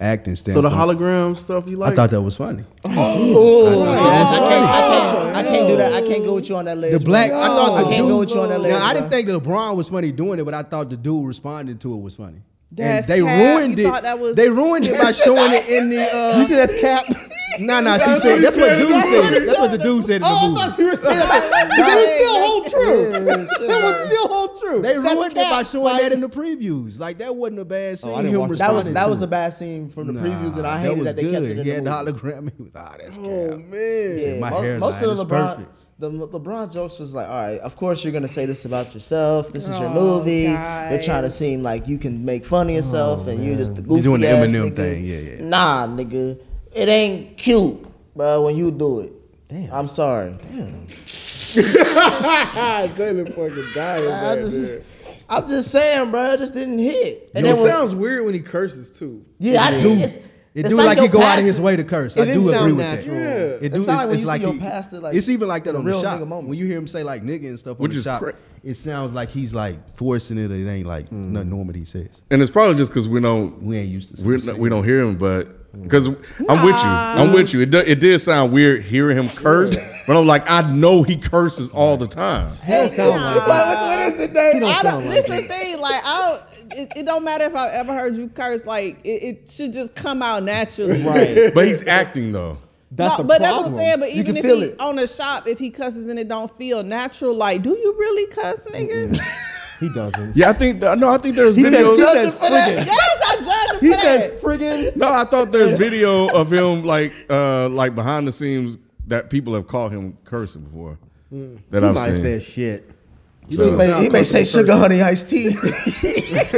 Speaker 5: acting
Speaker 4: So
Speaker 5: standpoint.
Speaker 4: the Oh. hologram stuff you like?
Speaker 5: I thought that was funny.
Speaker 4: Oh.
Speaker 2: I, can't, I can't do that. I can't go with you on that ledge.
Speaker 5: The black, I thought
Speaker 2: I
Speaker 5: the
Speaker 2: can't
Speaker 5: dude,
Speaker 2: go with you on that ledge.
Speaker 5: Now, I
Speaker 2: bro.
Speaker 5: didn't [LAUGHS] think that LeBron was funny doing it, but I thought the dude responding to it was funny.
Speaker 3: That's
Speaker 5: and they
Speaker 3: cap.
Speaker 5: ruined
Speaker 3: You
Speaker 5: it.
Speaker 3: thought that was-
Speaker 5: They ruined it
Speaker 3: [LAUGHS]
Speaker 5: by showing it in the. Uh,
Speaker 6: you see, that's Cap.
Speaker 5: [LAUGHS] nah, nah. She said that's what the dude said. That's what the dude said in the
Speaker 6: oh, I
Speaker 5: movie.
Speaker 6: thought you were saying that. that was still hold true. that was still hold true.
Speaker 5: They
Speaker 6: That's
Speaker 5: ruined it
Speaker 6: Cap.
Speaker 5: by showing that in the previews. Like that wasn't a
Speaker 2: Oh,
Speaker 5: bad scene.
Speaker 6: I didn't
Speaker 5: him
Speaker 6: watch
Speaker 2: that was
Speaker 5: responding
Speaker 2: that
Speaker 5: to
Speaker 2: was
Speaker 5: it.
Speaker 2: a bad scene from the previews that I
Speaker 5: Nah,
Speaker 2: hated
Speaker 5: was
Speaker 2: that, they kept it in
Speaker 5: He
Speaker 2: the
Speaker 5: had
Speaker 2: movie.
Speaker 5: the hologram. He was, ah, that's oh,
Speaker 4: man.
Speaker 5: Said, my
Speaker 2: Mo-
Speaker 5: hairline
Speaker 2: most of
Speaker 5: is
Speaker 2: the LeBron,
Speaker 5: perfect.
Speaker 2: the Le- LeBron jokes was like, all right, of course you're gonna say this about yourself. This is your
Speaker 3: Oh,
Speaker 2: movie. You're
Speaker 3: guys.
Speaker 2: trying to seem like you can make fun of yourself, and you just the goofy
Speaker 5: Oh, You're doing the
Speaker 2: ass
Speaker 5: Eminem
Speaker 2: nigga.
Speaker 5: thing, yeah, yeah.
Speaker 2: Nah, nigga, it ain't cute, bro. When you do it,
Speaker 6: Damn.
Speaker 2: I'm sorry.
Speaker 4: Jalen fucking died.
Speaker 2: I just, I'm just saying, bro. It just didn't hit.
Speaker 4: and
Speaker 2: then
Speaker 4: it
Speaker 2: when-
Speaker 4: sounds weird when he curses too.
Speaker 2: yeah, I do. It's,
Speaker 5: It
Speaker 2: it's
Speaker 5: do like, he
Speaker 2: your
Speaker 5: go out of
Speaker 2: past-
Speaker 5: his way to curse.
Speaker 6: It
Speaker 5: I
Speaker 6: didn't
Speaker 5: do
Speaker 6: sound
Speaker 5: agree with
Speaker 6: natural.
Speaker 5: that.
Speaker 4: Yeah.
Speaker 5: It do,
Speaker 2: It's not like when you see your
Speaker 5: he-
Speaker 2: past it, like,
Speaker 5: it's even like that on the
Speaker 2: real
Speaker 5: shot.
Speaker 2: nigga moment.
Speaker 5: When you hear him say like nigga and stuff
Speaker 1: Which
Speaker 5: on the
Speaker 1: is
Speaker 5: shot,
Speaker 1: cra-
Speaker 5: it sounds like he's like forcing it. It ain't like
Speaker 2: Mm.
Speaker 5: nothing normal he says.
Speaker 1: And it's probably just because we don't
Speaker 5: We ain't used to.
Speaker 1: we're
Speaker 5: seeing
Speaker 1: not,
Speaker 5: it.
Speaker 1: we don't hear him, but because I'm with you, I'm with you. It, do, it did sound weird hearing him curse, but I'm like, I know he curses all the time.
Speaker 6: He don't sound like
Speaker 3: But what-
Speaker 6: that.
Speaker 3: what is it, Dave?
Speaker 6: He don't
Speaker 3: I
Speaker 6: sound
Speaker 3: don't, this
Speaker 6: like
Speaker 3: is
Speaker 6: that.
Speaker 3: the thing. Like, I don't, it, it don't matter if I ever heard you curse. Like, it, it should just come out naturally.
Speaker 6: Right.
Speaker 1: But he's acting though.
Speaker 6: That's
Speaker 3: No,
Speaker 6: a
Speaker 3: but that's what
Speaker 6: problem.
Speaker 3: I'm saying. But
Speaker 2: You can
Speaker 3: even if
Speaker 2: feel
Speaker 3: he
Speaker 2: it.
Speaker 3: on the shop, if he cusses and it don't feel natural, like, do you really cuss, nigga?
Speaker 6: he doesn't.
Speaker 1: Yeah, I think th- no, I think there's
Speaker 6: He said,
Speaker 1: videos.
Speaker 6: he says
Speaker 3: [LAUGHS]
Speaker 6: friggin'.
Speaker 3: yes, I judge him
Speaker 6: He
Speaker 3: for that.
Speaker 6: says friggin'.
Speaker 1: No, I thought there's video of him like uh like behind the scenes that people have called him cursing before that
Speaker 6: He
Speaker 1: I've
Speaker 6: might
Speaker 1: seen.
Speaker 6: say shit.
Speaker 1: So-
Speaker 2: He may, he may say sugar honey iced tea. [LAUGHS]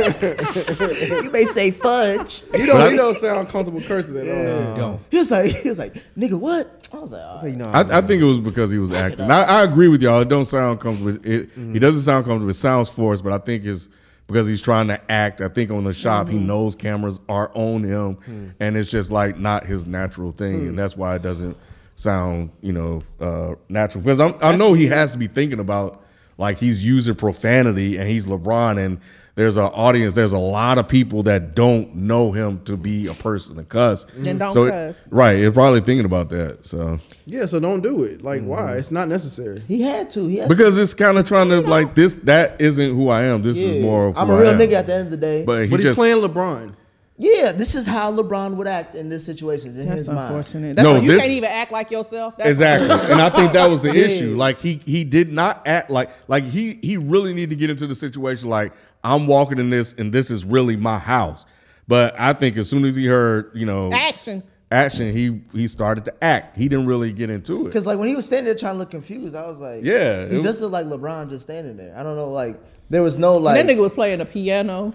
Speaker 2: you may say fudge.
Speaker 4: He
Speaker 1: But I-
Speaker 4: don't. He don't sound comfortable cursing at all.
Speaker 5: Don't.
Speaker 2: He was like, he was like, nigga, what? I was like, all right.
Speaker 6: Like, nah,
Speaker 1: I, I think it was because he was acting. I, I agree with y'all. It don't sound comfortable. It he doesn't sound comfortable. It sounds forced, but I think it's because he's trying to act. I think on the shop he knows cameras are on him, and it's just like not his natural thing, and that's why it doesn't sound you know uh, natural. Because I'm, I know he has to be thinking about like he's using profanity and he's LeBron and there's an audience. There's a lot of people that don't know him to be a person to cuss.
Speaker 3: And don't
Speaker 1: so it-
Speaker 3: cuss.
Speaker 1: right? You're probably thinking about that. So
Speaker 4: Yeah, so don't do it. Like,
Speaker 5: Mm-hmm.
Speaker 4: why? It's not necessary.
Speaker 2: He had to. He had
Speaker 1: because it's kind of trying to like this. That isn't who I am. This
Speaker 2: to.
Speaker 1: is more of who
Speaker 2: I'm a
Speaker 1: I
Speaker 2: real
Speaker 1: am.
Speaker 2: nigga at the end of the day.
Speaker 1: But he
Speaker 4: But he's
Speaker 1: just
Speaker 4: playing LeBron.
Speaker 2: yeah, this is how LeBron would act in this situation. In
Speaker 3: That's
Speaker 2: his mind.
Speaker 3: unfortunate. That's
Speaker 1: No,
Speaker 3: why you
Speaker 1: this-
Speaker 3: can't even act like yourself. That's
Speaker 1: exactly, and I think that
Speaker 3: [LAUGHS]
Speaker 1: was the issue. Like he he did not act like like he he really need to get into the situation. Like I'm walking in this, and this is really my house. But I think as soon as he heard, you know,
Speaker 3: Action.
Speaker 1: action, he he started to act. He didn't really get into it.
Speaker 2: Because like when he was standing there trying to look confused, I was like,
Speaker 1: Yeah,
Speaker 2: he
Speaker 1: it
Speaker 2: just looked like LeBron just standing there. I don't know, like there was no like.
Speaker 3: that nigga was playing a piano.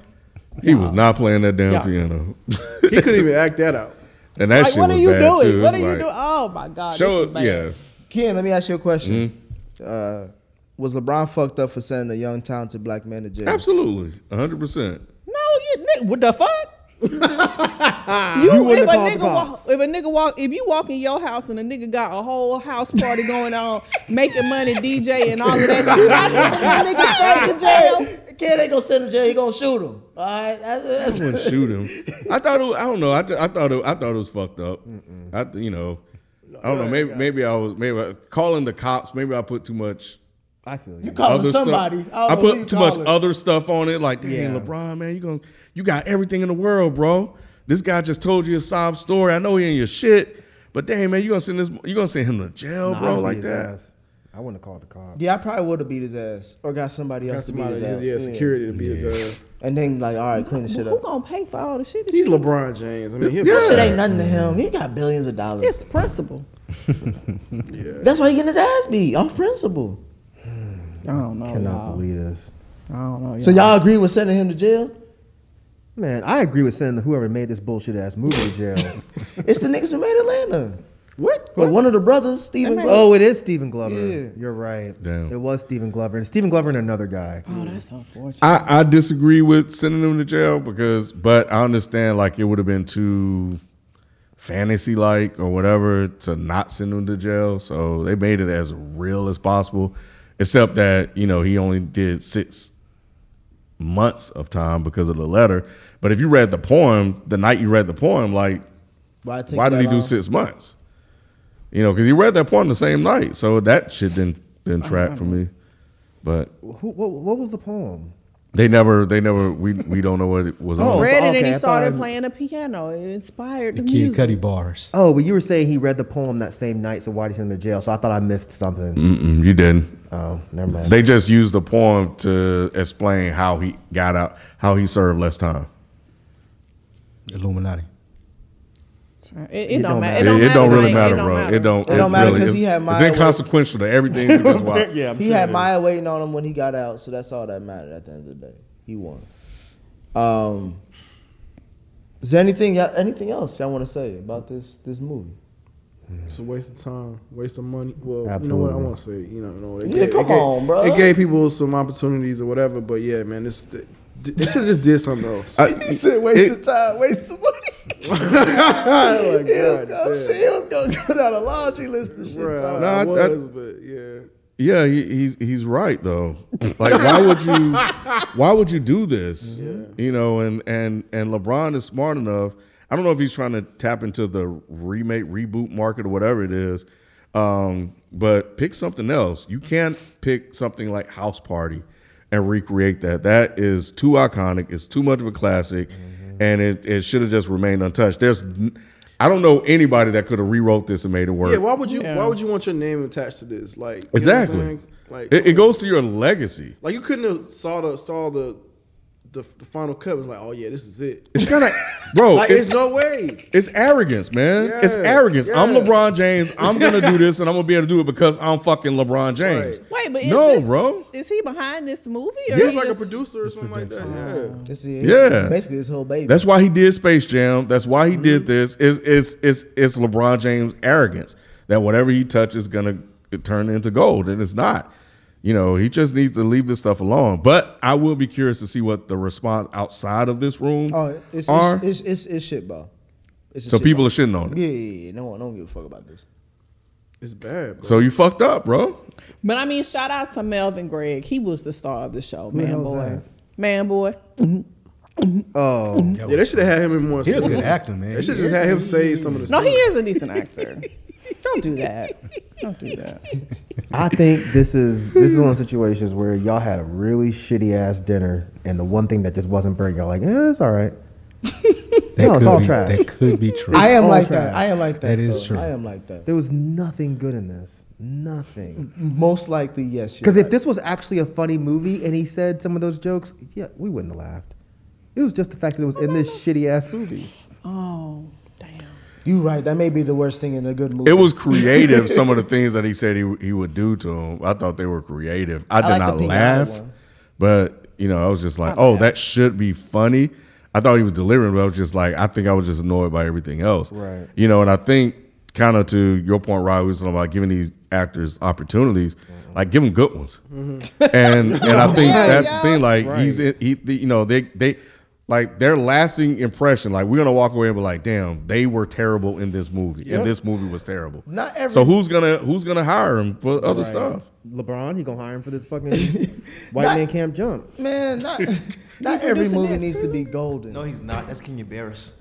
Speaker 1: He was not playing that damn
Speaker 3: Yeah.
Speaker 1: piano.
Speaker 4: He couldn't even act that out.
Speaker 1: [LAUGHS] and that
Speaker 3: Like,
Speaker 1: shit
Speaker 3: what are
Speaker 1: was
Speaker 3: you
Speaker 1: bad
Speaker 3: doing?
Speaker 1: too.
Speaker 3: What are
Speaker 1: It's
Speaker 3: you
Speaker 1: like,
Speaker 3: doing? Oh my god!
Speaker 1: Show
Speaker 3: this is
Speaker 1: it,
Speaker 3: bad.
Speaker 1: yeah.
Speaker 2: Ken, let me ask you a question.
Speaker 1: Mm-hmm.
Speaker 2: Uh, was LeBron fucked up for sending a young talented black man to jail?
Speaker 1: Absolutely. 100%.
Speaker 3: No, you nigga, what the fuck? you, if a
Speaker 6: wouldn't have called the
Speaker 3: nigga walk, if a nigga walk, if you walk in your house and a nigga got a whole house party going on, making money, DJ and all of that, you not sending the nigga straight to jail.
Speaker 2: Ken ain't gonna send him to jail. He gonna shoot him. All right, that's, that's
Speaker 1: Wouldn't shoot him. I thought it was, I don't know. I, th- I thought it, I thought it was fucked up. I th- you know, I don't know. Maybe maybe I was maybe I, calling the cops, maybe I put too much
Speaker 6: I feel you.
Speaker 2: calling
Speaker 1: other
Speaker 2: somebody.
Speaker 1: Stuff.
Speaker 2: I,
Speaker 1: I,
Speaker 2: don't know who you
Speaker 1: put too much
Speaker 2: calling.
Speaker 1: other stuff on it. Like, dang,
Speaker 6: Yeah.
Speaker 1: LeBron, man, you going you got everything in the world, bro. This guy just told you a sob story. I know he ain't your shit, but damn, man, you gonna send this? You gonna send him to jail,
Speaker 6: Nah, I
Speaker 1: bro?
Speaker 6: would've
Speaker 1: Like
Speaker 6: beat his
Speaker 1: that?
Speaker 6: ass. I wouldn't have called the cops.
Speaker 2: Yeah, I probably would have beat his ass or got somebody
Speaker 4: Got
Speaker 2: else to beat
Speaker 4: somebody,
Speaker 2: his ass.
Speaker 4: yeah, security to be his ass.
Speaker 2: And then like, all right, clean the shit
Speaker 3: Who
Speaker 2: up.
Speaker 3: gonna pay for all the shit? that
Speaker 4: He's
Speaker 3: you-
Speaker 4: LeBron James. I mean, he'll
Speaker 2: That shit
Speaker 4: yeah.
Speaker 2: ain't nothing to him. He got billions of dollars.
Speaker 3: It's the principal.
Speaker 2: That's why he getting his ass beat off principle.
Speaker 3: I don't know.
Speaker 6: Cannot
Speaker 3: y'all.
Speaker 6: believe this.
Speaker 3: I don't know.
Speaker 2: So y'all agree with sending him to [LAUGHS] jail?
Speaker 6: Man, I agree with sending whoever made this bullshit ass movie to jail.
Speaker 2: It's the niggas who made Atlanta.
Speaker 4: What?
Speaker 2: Well, one of the brothers, Steven.
Speaker 3: They made-
Speaker 2: Oh,
Speaker 6: oh, it is Stephen Glover.
Speaker 2: Yeah.
Speaker 6: You're right.
Speaker 1: Damn.
Speaker 6: It was Stephen Glover. And Stephen Glover and another guy.
Speaker 3: Oh, that's unfortunate.
Speaker 1: I, I disagree with sending him to jail because, but I understand like it would have been too fantasy like or whatever to not send him to jail. So they made it as real as possible, except that you know he only did six months of time because of the letter. But if you read the poem, the night you read the poem, like
Speaker 2: why, it take
Speaker 1: why did
Speaker 2: that
Speaker 1: he do
Speaker 2: long?
Speaker 1: six months? You know, because he read that poem the same night, so that shit didn't didn't track for me. But
Speaker 6: Who, what, what was the poem?
Speaker 1: they never, they never. We we don't know what it was
Speaker 6: Oh,
Speaker 1: on.
Speaker 3: read it and
Speaker 6: okay, I
Speaker 3: he started
Speaker 6: thought-
Speaker 3: playing the piano. It inspired the,
Speaker 5: The Kid
Speaker 3: music.
Speaker 5: Cudi bars.
Speaker 6: Oh, but you were saying he read the poem that same night, so why did he send him to jail? So I thought I missed something.
Speaker 1: Mm-mm, you didn't.
Speaker 6: Oh, never mind.
Speaker 1: They just used the poem to explain how he got out, how he served less time.
Speaker 5: Illuminati.
Speaker 3: It, it don't,
Speaker 6: don't
Speaker 3: matter.
Speaker 6: matter.
Speaker 3: It don't,
Speaker 1: It, it don't really
Speaker 3: like,
Speaker 1: matter, bro. It don't.
Speaker 2: It don't matter 'cause
Speaker 1: is-
Speaker 2: he had
Speaker 1: It's
Speaker 2: Maya
Speaker 1: inconsequential to everything we just watched. yeah.
Speaker 2: [LAUGHS] He had Maya waiting on him when he got out, so that's all that mattered at the end of the day. He won. Um, is there anything y'all- anything else y'all want to say about this this movie?
Speaker 4: It's a waste of time, waste of money. Well, you know what I
Speaker 6: Absolutely.
Speaker 4: want to say. You know, no, it
Speaker 2: Yeah, come
Speaker 4: it gave,
Speaker 2: on, bruh.
Speaker 4: It gave people some opportunities or whatever, but yeah, man, this th- th- they should have just did something else.
Speaker 1: I,
Speaker 2: said,
Speaker 1: "Waste It-
Speaker 2: time, waste the money." [LAUGHS]
Speaker 4: like, God damn.
Speaker 2: was gonna go down a laundry list of shit.
Speaker 4: Bruh,
Speaker 2: Tom.
Speaker 1: No,
Speaker 4: I
Speaker 1: I-
Speaker 4: was, but yeah.
Speaker 1: yeah, he, he's he's right though. Like, why would you, why would you do this? You know, and and and LeBron is smart enough. I don't know if he's trying to tap into the remake, reboot market, or whatever it is. Um, but pick something else. You can't pick something like House Party and recreate that. That is too iconic. It's too much of a classic, and it, it should have just remained untouched. There's, n- I don't know anybody that could have rewrote this and made it work.
Speaker 4: Yeah, why would you?
Speaker 3: Yeah.
Speaker 4: Why would you want your name attached to this? Like you know what I'm
Speaker 1: Exactly.
Speaker 4: saying? Like
Speaker 1: it, it goes to your legacy.
Speaker 4: Like you couldn't have saw the saw the the, the final cut. It was like, oh yeah, this is it.
Speaker 1: It's kind of, bro.
Speaker 4: like
Speaker 1: it's
Speaker 4: it's no way.
Speaker 1: it's arrogance, man. it's
Speaker 4: Yeah,
Speaker 1: arrogance. I'm
Speaker 4: yeah.
Speaker 1: LeBron James. I'm gonna do this, and I'm gonna be able to do it because I'm fucking LeBron James.
Speaker 3: Wait, but is
Speaker 1: no,
Speaker 3: this-
Speaker 1: bro.
Speaker 3: Is he behind this movie? Or
Speaker 4: He was
Speaker 3: he
Speaker 4: like a
Speaker 3: just-
Speaker 4: producer or something like that. Yeah.
Speaker 2: This is-
Speaker 1: Yeah.
Speaker 2: it's basically his whole baby.
Speaker 1: That's why he did Space Jam. That's why he did this. It's it's it's it's LeBron James arrogance that whatever he touches is gonna turn into gold, and it's not. You know, he just needs to leave this stuff alone. But I will be curious to see what the response outside of this room
Speaker 2: oh, it's
Speaker 1: are.
Speaker 2: it's, it's, it's, it's shit, bro. It's a
Speaker 1: so
Speaker 2: shit
Speaker 1: people
Speaker 2: ball.
Speaker 1: are shitting on it.
Speaker 2: Yeah, yeah, yeah. No one don't give a fuck about this.
Speaker 4: It's bad. Bro.
Speaker 1: So you fucked up, bro.
Speaker 3: But I mean, shout out to Melvin Gregg. He was the star of the show, man
Speaker 6: hell's
Speaker 3: boy,
Speaker 6: that?
Speaker 3: man boy.
Speaker 6: oh,
Speaker 4: Yeah, they should have had him in more.
Speaker 5: He's a
Speaker 4: scenes.
Speaker 1: [LAUGHS]
Speaker 5: good actor, man.
Speaker 4: They should have just had him save some of the.
Speaker 3: No, he
Speaker 4: scenes.
Speaker 3: is a decent actor. Don't do that. Don't do that.
Speaker 6: I think this is this is one of the situations where y'all had a really shitty ass dinner, and the one thing that just wasn't burnt, y'all like, eh, it's all [LAUGHS] right.
Speaker 5: That
Speaker 6: No, it's
Speaker 5: could
Speaker 6: all
Speaker 5: be,
Speaker 6: trash.
Speaker 5: That could be true.
Speaker 2: I am
Speaker 6: all
Speaker 2: like
Speaker 6: trash.
Speaker 2: that. I am like that.
Speaker 5: That is
Speaker 2: though.
Speaker 5: true.
Speaker 2: I am like that.
Speaker 6: There was nothing good in this. [LAUGHS] Nothing.
Speaker 2: Most likely, yes.
Speaker 6: Because
Speaker 2: if
Speaker 6: if this was actually a funny movie and he said some of those jokes, yeah, we wouldn't have laughed. It was just the fact that it was in this shitty ass movie.
Speaker 3: [LAUGHS] Oh damn.
Speaker 2: You right. That may be the worst thing in a good movie.
Speaker 1: It was creative. some of the things that he said he he would do to him, I thought they were creative. I did
Speaker 2: like the
Speaker 1: not
Speaker 2: pink
Speaker 1: laugh,
Speaker 2: eye one.
Speaker 1: but you know, I was just like, oh, that should be funny. I thought he was delivering, but I was just like, I think I was just annoyed by everything else,
Speaker 6: Right.
Speaker 1: You know, and I think kind of to your point, Rod, we was talking about giving these actors opportunities,
Speaker 2: Mm-hmm.
Speaker 1: like give them good ones,
Speaker 2: [LAUGHS]
Speaker 1: [LAUGHS] and and I think that's the thing. Like he's in, he, the, you know, they they. Like their lasting impression, like we're gonna walk away and be like, "Damn, they were terrible in this movie, and this movie was terrible."
Speaker 2: Not every-
Speaker 1: So who's gonna who's gonna hire him for other stuff?
Speaker 6: [LAUGHS] LeBron, he gonna hire him for this [LAUGHS] fucking white man camp jump.
Speaker 2: man.
Speaker 1: [LAUGHS]
Speaker 2: Not not every movie needs to be golden.
Speaker 7: No, he's not. That's Kenya Barris.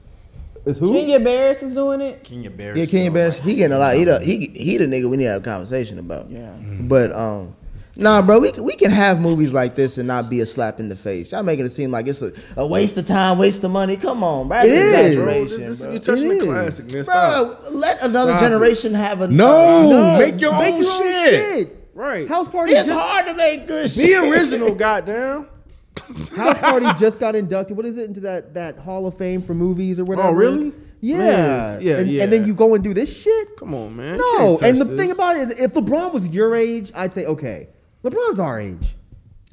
Speaker 6: It's who?
Speaker 3: Kenya Barris is doing it.
Speaker 7: Kenya Barris.
Speaker 2: yeah, Kenny
Speaker 7: you know,
Speaker 2: Bash, he getting a lot. He the he he the nigga we need to have a conversation about. Yeah. But um, nah, bro, we can- we can have movies like this and not be a slap in the face. Y'all making it seem like it's a, a waste of time, waste of money. Come on, bro. That's
Speaker 6: It is.
Speaker 4: Bro,
Speaker 2: exaggeration,
Speaker 4: this, this,
Speaker 2: bro.
Speaker 4: you're touching
Speaker 6: It
Speaker 4: the
Speaker 6: is.
Speaker 4: classic, man. Stop.
Speaker 2: Bro, let another
Speaker 4: Stop it.
Speaker 2: generation have a
Speaker 1: No, make your own shit.
Speaker 4: Oh, Right.
Speaker 6: House party.
Speaker 2: It's
Speaker 6: Just,
Speaker 2: hard to make good shit.
Speaker 4: Be original, goddamn. [LAUGHS]
Speaker 6: House party just got inducted. What is it into that that Hall of Fame for movies or whatever?
Speaker 4: Oh, really?
Speaker 6: Yeah.
Speaker 4: Yes, yeah,
Speaker 6: and,
Speaker 4: yeah.
Speaker 6: And then you go and do this shit.
Speaker 4: Come on, man. You
Speaker 6: No.
Speaker 4: can't touch
Speaker 6: And the
Speaker 4: this.
Speaker 6: thing about it is, if LeBron was your age, I'd say okay. LeBron's our age,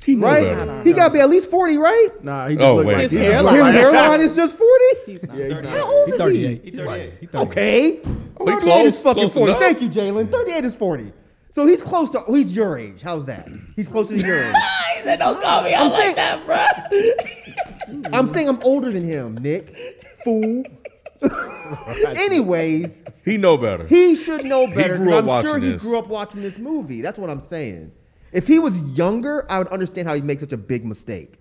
Speaker 1: He knew
Speaker 6: right?
Speaker 1: better.
Speaker 6: he got to be at least forty, right?
Speaker 4: Nah, he just
Speaker 1: Oh,
Speaker 4: looked
Speaker 1: wait.
Speaker 4: like
Speaker 1: His
Speaker 4: he just
Speaker 3: hairline.
Speaker 4: looked
Speaker 6: His
Speaker 4: like-
Speaker 6: hairline is just forty. How old is he?
Speaker 5: 38. He's 38. He's 38.
Speaker 6: Okay.
Speaker 1: Oh, he
Speaker 6: 38
Speaker 1: close-
Speaker 6: is fucking
Speaker 1: close
Speaker 6: 40.
Speaker 1: enough.
Speaker 6: Thank you, Jalen. 38 is 40. So he's close to, he's your age. How's that? He's closer to your age.
Speaker 2: He said, Don't call me out like that, bro.
Speaker 6: [LAUGHS] I'm saying I'm older than him, Nick. Fool. Anyways,
Speaker 1: He know better.
Speaker 6: he should know better. 'cause
Speaker 1: grew up
Speaker 6: I'm sure
Speaker 1: watching
Speaker 6: he
Speaker 1: this.
Speaker 6: grew up watching this movie. That's what I'm saying. If he was younger, I would understand how he makes such a big mistake.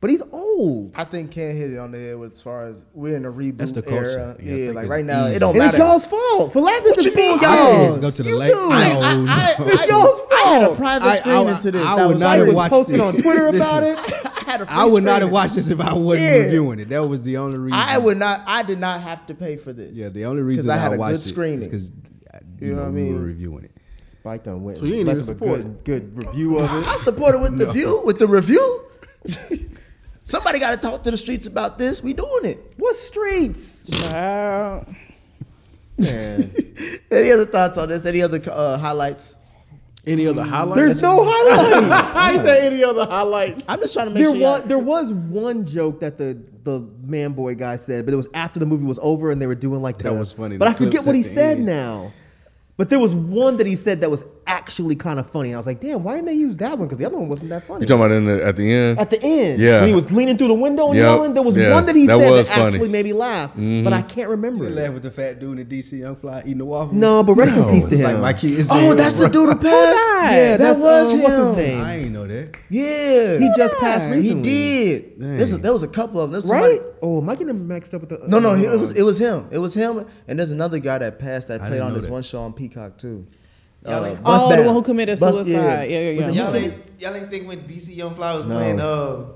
Speaker 6: But he's old.
Speaker 2: I think Ken hit it on the head with- as far as we're in a reboot
Speaker 5: That's the culture.
Speaker 2: era.
Speaker 5: Yeah, I
Speaker 2: Yeah,
Speaker 5: think
Speaker 2: like
Speaker 5: it's
Speaker 2: right now,
Speaker 5: easy.
Speaker 2: it don't
Speaker 6: And it's
Speaker 2: matter.
Speaker 6: y'all's fault. For last
Speaker 2: What you mean y'all's?
Speaker 5: Go to the
Speaker 6: You
Speaker 5: lake.
Speaker 6: too.
Speaker 5: I-
Speaker 2: I, I,
Speaker 6: It's
Speaker 2: I-
Speaker 6: y'all's
Speaker 2: I had a
Speaker 6: fault.
Speaker 2: private
Speaker 5: I-
Speaker 2: screen
Speaker 5: I-
Speaker 2: into this.
Speaker 5: I
Speaker 2: that
Speaker 5: would
Speaker 2: was
Speaker 5: not
Speaker 2: like-
Speaker 5: have
Speaker 2: was
Speaker 5: watched
Speaker 2: posted
Speaker 5: this.
Speaker 2: on Twitter about
Speaker 5: Listen.
Speaker 2: it. I had a free
Speaker 5: I would not
Speaker 2: screen.
Speaker 5: have watched this if I wasn't
Speaker 2: Yeah.
Speaker 5: reviewing it. That was the only reason.
Speaker 2: I would not. I did not have to pay for this.
Speaker 5: Yeah, the only
Speaker 2: 'Cause
Speaker 5: reason
Speaker 2: I had a
Speaker 5: watched
Speaker 2: good screening.
Speaker 5: it because you,
Speaker 2: You know
Speaker 5: know,
Speaker 2: what I
Speaker 5: we were
Speaker 2: mean?
Speaker 5: reviewing it.
Speaker 6: Spike done went.
Speaker 4: So you ain't
Speaker 6: left
Speaker 4: even
Speaker 6: him a
Speaker 4: support
Speaker 6: good, good review of it.
Speaker 2: I support it with the view. With the review. [LAUGHS] Somebody got to talk to the streets about this. We doing it.
Speaker 6: What streets?
Speaker 3: Wow.
Speaker 6: Man.
Speaker 2: Any other thoughts on this? Any other uh, highlights?
Speaker 4: Any other highlights?
Speaker 6: There's
Speaker 5: [LAUGHS]
Speaker 6: no highlights.
Speaker 2: I ain't say any other highlights. I'm just trying to make
Speaker 6: there
Speaker 2: sure. y'all-
Speaker 6: was there was one joke that the the man boy guy said, but it was after the movie was over and they were doing like
Speaker 5: That
Speaker 6: the-
Speaker 5: was funny,
Speaker 6: But
Speaker 5: the
Speaker 6: I forget
Speaker 5: clips
Speaker 6: what
Speaker 5: at
Speaker 6: he
Speaker 5: the
Speaker 6: said
Speaker 5: end.
Speaker 6: now. But there was one that he said that was actually kind of funny. I was like, damn, why didn't they use that one? Because the other one wasn't that funny.
Speaker 1: you talking about in the, at the end?
Speaker 6: At the end,
Speaker 1: Yeah.
Speaker 6: when he was leaning through the window and
Speaker 1: Yep.
Speaker 6: yelling, there was
Speaker 1: Yeah.
Speaker 6: one that he
Speaker 1: That
Speaker 6: said
Speaker 1: was
Speaker 6: that
Speaker 1: funny. Mm-hmm.
Speaker 6: actually made me laugh, but I can't remember.
Speaker 5: You
Speaker 6: it.
Speaker 5: laugh with the fat dude in the DC Young Fly eating the waffles.
Speaker 6: No, but rest in peace to
Speaker 5: it's
Speaker 6: him.
Speaker 5: like my kid. It's
Speaker 2: Oh,
Speaker 5: in-
Speaker 2: that's the dude who passed.
Speaker 6: yeah,
Speaker 2: that
Speaker 6: that's,
Speaker 2: was
Speaker 6: um,
Speaker 2: him.
Speaker 6: What's his name?
Speaker 5: I ain't know that.
Speaker 2: Yeah,
Speaker 6: He just passed recently.
Speaker 2: He did. This is, there was a couple of them. There's somebody-
Speaker 6: right? Oh, am I getting matched up with the?
Speaker 2: No, no, he-
Speaker 6: he
Speaker 5: Oh.
Speaker 2: it was it was him. It was him. And there's another guy that passed that played
Speaker 5: didn't
Speaker 2: on
Speaker 5: know
Speaker 2: this
Speaker 5: that.
Speaker 2: one show on Peacock too.
Speaker 7: Y'all ain't-
Speaker 2: Bust
Speaker 3: oh, the
Speaker 2: Down.
Speaker 3: one who committed
Speaker 2: Bust-
Speaker 3: suicide. Yeah, yeah, yeah.
Speaker 2: Was it
Speaker 7: Y'all
Speaker 2: him?
Speaker 7: [LAUGHS] ain't, y'all ain't think when DC Young Fly was playing uh,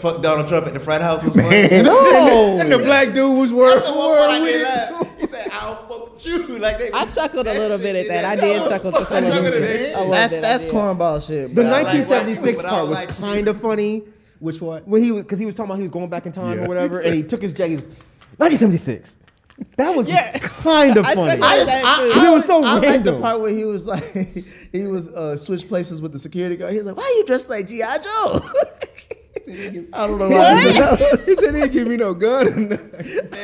Speaker 7: Fuck Donald Trump at the frat house was playing?
Speaker 2: No.
Speaker 5: And the black dude was word
Speaker 7: That's the
Speaker 5: for
Speaker 7: one part I
Speaker 5: word
Speaker 7: did
Speaker 5: with.
Speaker 7: laugh. He said, I'll fuck with you. Like that,
Speaker 3: I chuckled a
Speaker 7: that
Speaker 3: little
Speaker 7: shit
Speaker 3: bit at
Speaker 7: is-
Speaker 3: that. I did
Speaker 7: was
Speaker 3: chuckle just a
Speaker 7: fucking
Speaker 3: little
Speaker 7: chuckling
Speaker 3: bit.
Speaker 7: at that
Speaker 3: I
Speaker 7: shit.
Speaker 3: was
Speaker 2: That's
Speaker 3: dead,
Speaker 2: that's
Speaker 3: I did.
Speaker 2: cornball shit.
Speaker 6: The
Speaker 2: bro.
Speaker 7: like
Speaker 6: 1976
Speaker 7: white people, but I
Speaker 6: part
Speaker 7: don't
Speaker 6: was
Speaker 7: like people.
Speaker 6: kind of funny
Speaker 5: Which part?
Speaker 6: when he was because he was talking about he was going back in time
Speaker 5: Yeah.
Speaker 6: or whatever, and he took his jacket. he was, 1976. That was
Speaker 3: Yeah.
Speaker 6: kind of
Speaker 3: I
Speaker 6: funny.
Speaker 3: took
Speaker 2: I just,
Speaker 3: that
Speaker 2: I,
Speaker 3: too.
Speaker 2: I,
Speaker 6: It was so
Speaker 2: I like the
Speaker 6: random.
Speaker 2: part where he was
Speaker 6: [LAUGHS]
Speaker 2: like, [LAUGHS] he was uh, switched places with the security guard. He was like, "Why are you dressed like GI Joe?" [LAUGHS] I don't know why. he did that.
Speaker 5: He said he didn't give me no gun.
Speaker 7: Man,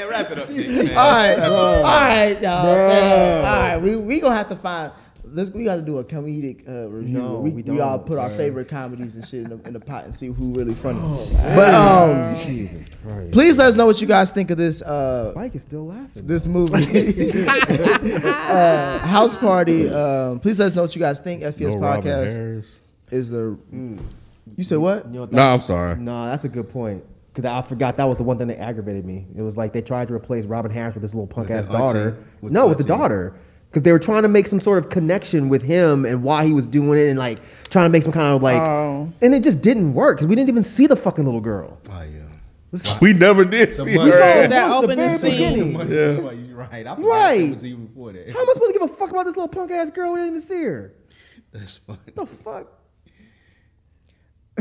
Speaker 7: wrap it up, Nick,
Speaker 2: All
Speaker 7: man.
Speaker 2: right, all right, y'all. Damn. All right, we we gonna have to find. Let's we got to do a comedic uh, review.
Speaker 6: No,
Speaker 2: we,
Speaker 6: we
Speaker 2: we all
Speaker 6: don't,
Speaker 2: put our favorite comedies and shit in the, in the pot and see who really funny.
Speaker 6: Oh,
Speaker 2: but um, please let us know what you guys think of this uh,
Speaker 6: Mike is still laughing.
Speaker 2: this movie,
Speaker 6: [LAUGHS]
Speaker 2: [LAUGHS] uh, House Party. Um, please let us know what you guys think. FPS Podcast is the.
Speaker 6: Mm.
Speaker 2: You said what?
Speaker 6: You know, that-
Speaker 1: No, I'm sorry.
Speaker 6: No, that's a good point. Cause I forgot that was the one thing that aggravated me. It was like they tried to replace Robin Harris with his little punk ass
Speaker 5: the auntie.
Speaker 6: daughter.
Speaker 5: With
Speaker 6: no,
Speaker 5: the
Speaker 6: with the
Speaker 5: auntie.
Speaker 6: daughter. Cause they were trying to make some sort of connection with him and why he was doing it, and like trying to make some kind of like,
Speaker 3: Oh.
Speaker 6: and it just didn't work because we didn't even see the fucking little girl.
Speaker 5: Oh yeah.
Speaker 1: We never did see
Speaker 5: money.
Speaker 1: her.
Speaker 3: That
Speaker 1: ass.
Speaker 6: That was the
Speaker 3: opening
Speaker 6: very
Speaker 3: scene.
Speaker 6: beginning.
Speaker 5: Money, that's why you right. I forgot
Speaker 6: Right.
Speaker 5: That was even before that.
Speaker 6: How am I supposed to give a fuck about this little punk ass girl? We didn't even see her.
Speaker 5: That's funny.
Speaker 6: What the fuck?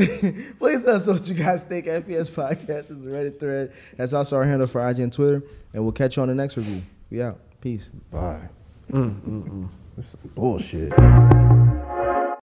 Speaker 6: [LAUGHS]
Speaker 2: Please let us know what you guys think. FPS Podcast is the Reddit thread. That's also our handle for IG and Twitter. And we'll catch you on the next review.
Speaker 8: We out. Peace.
Speaker 6: Bye. This is bullshit.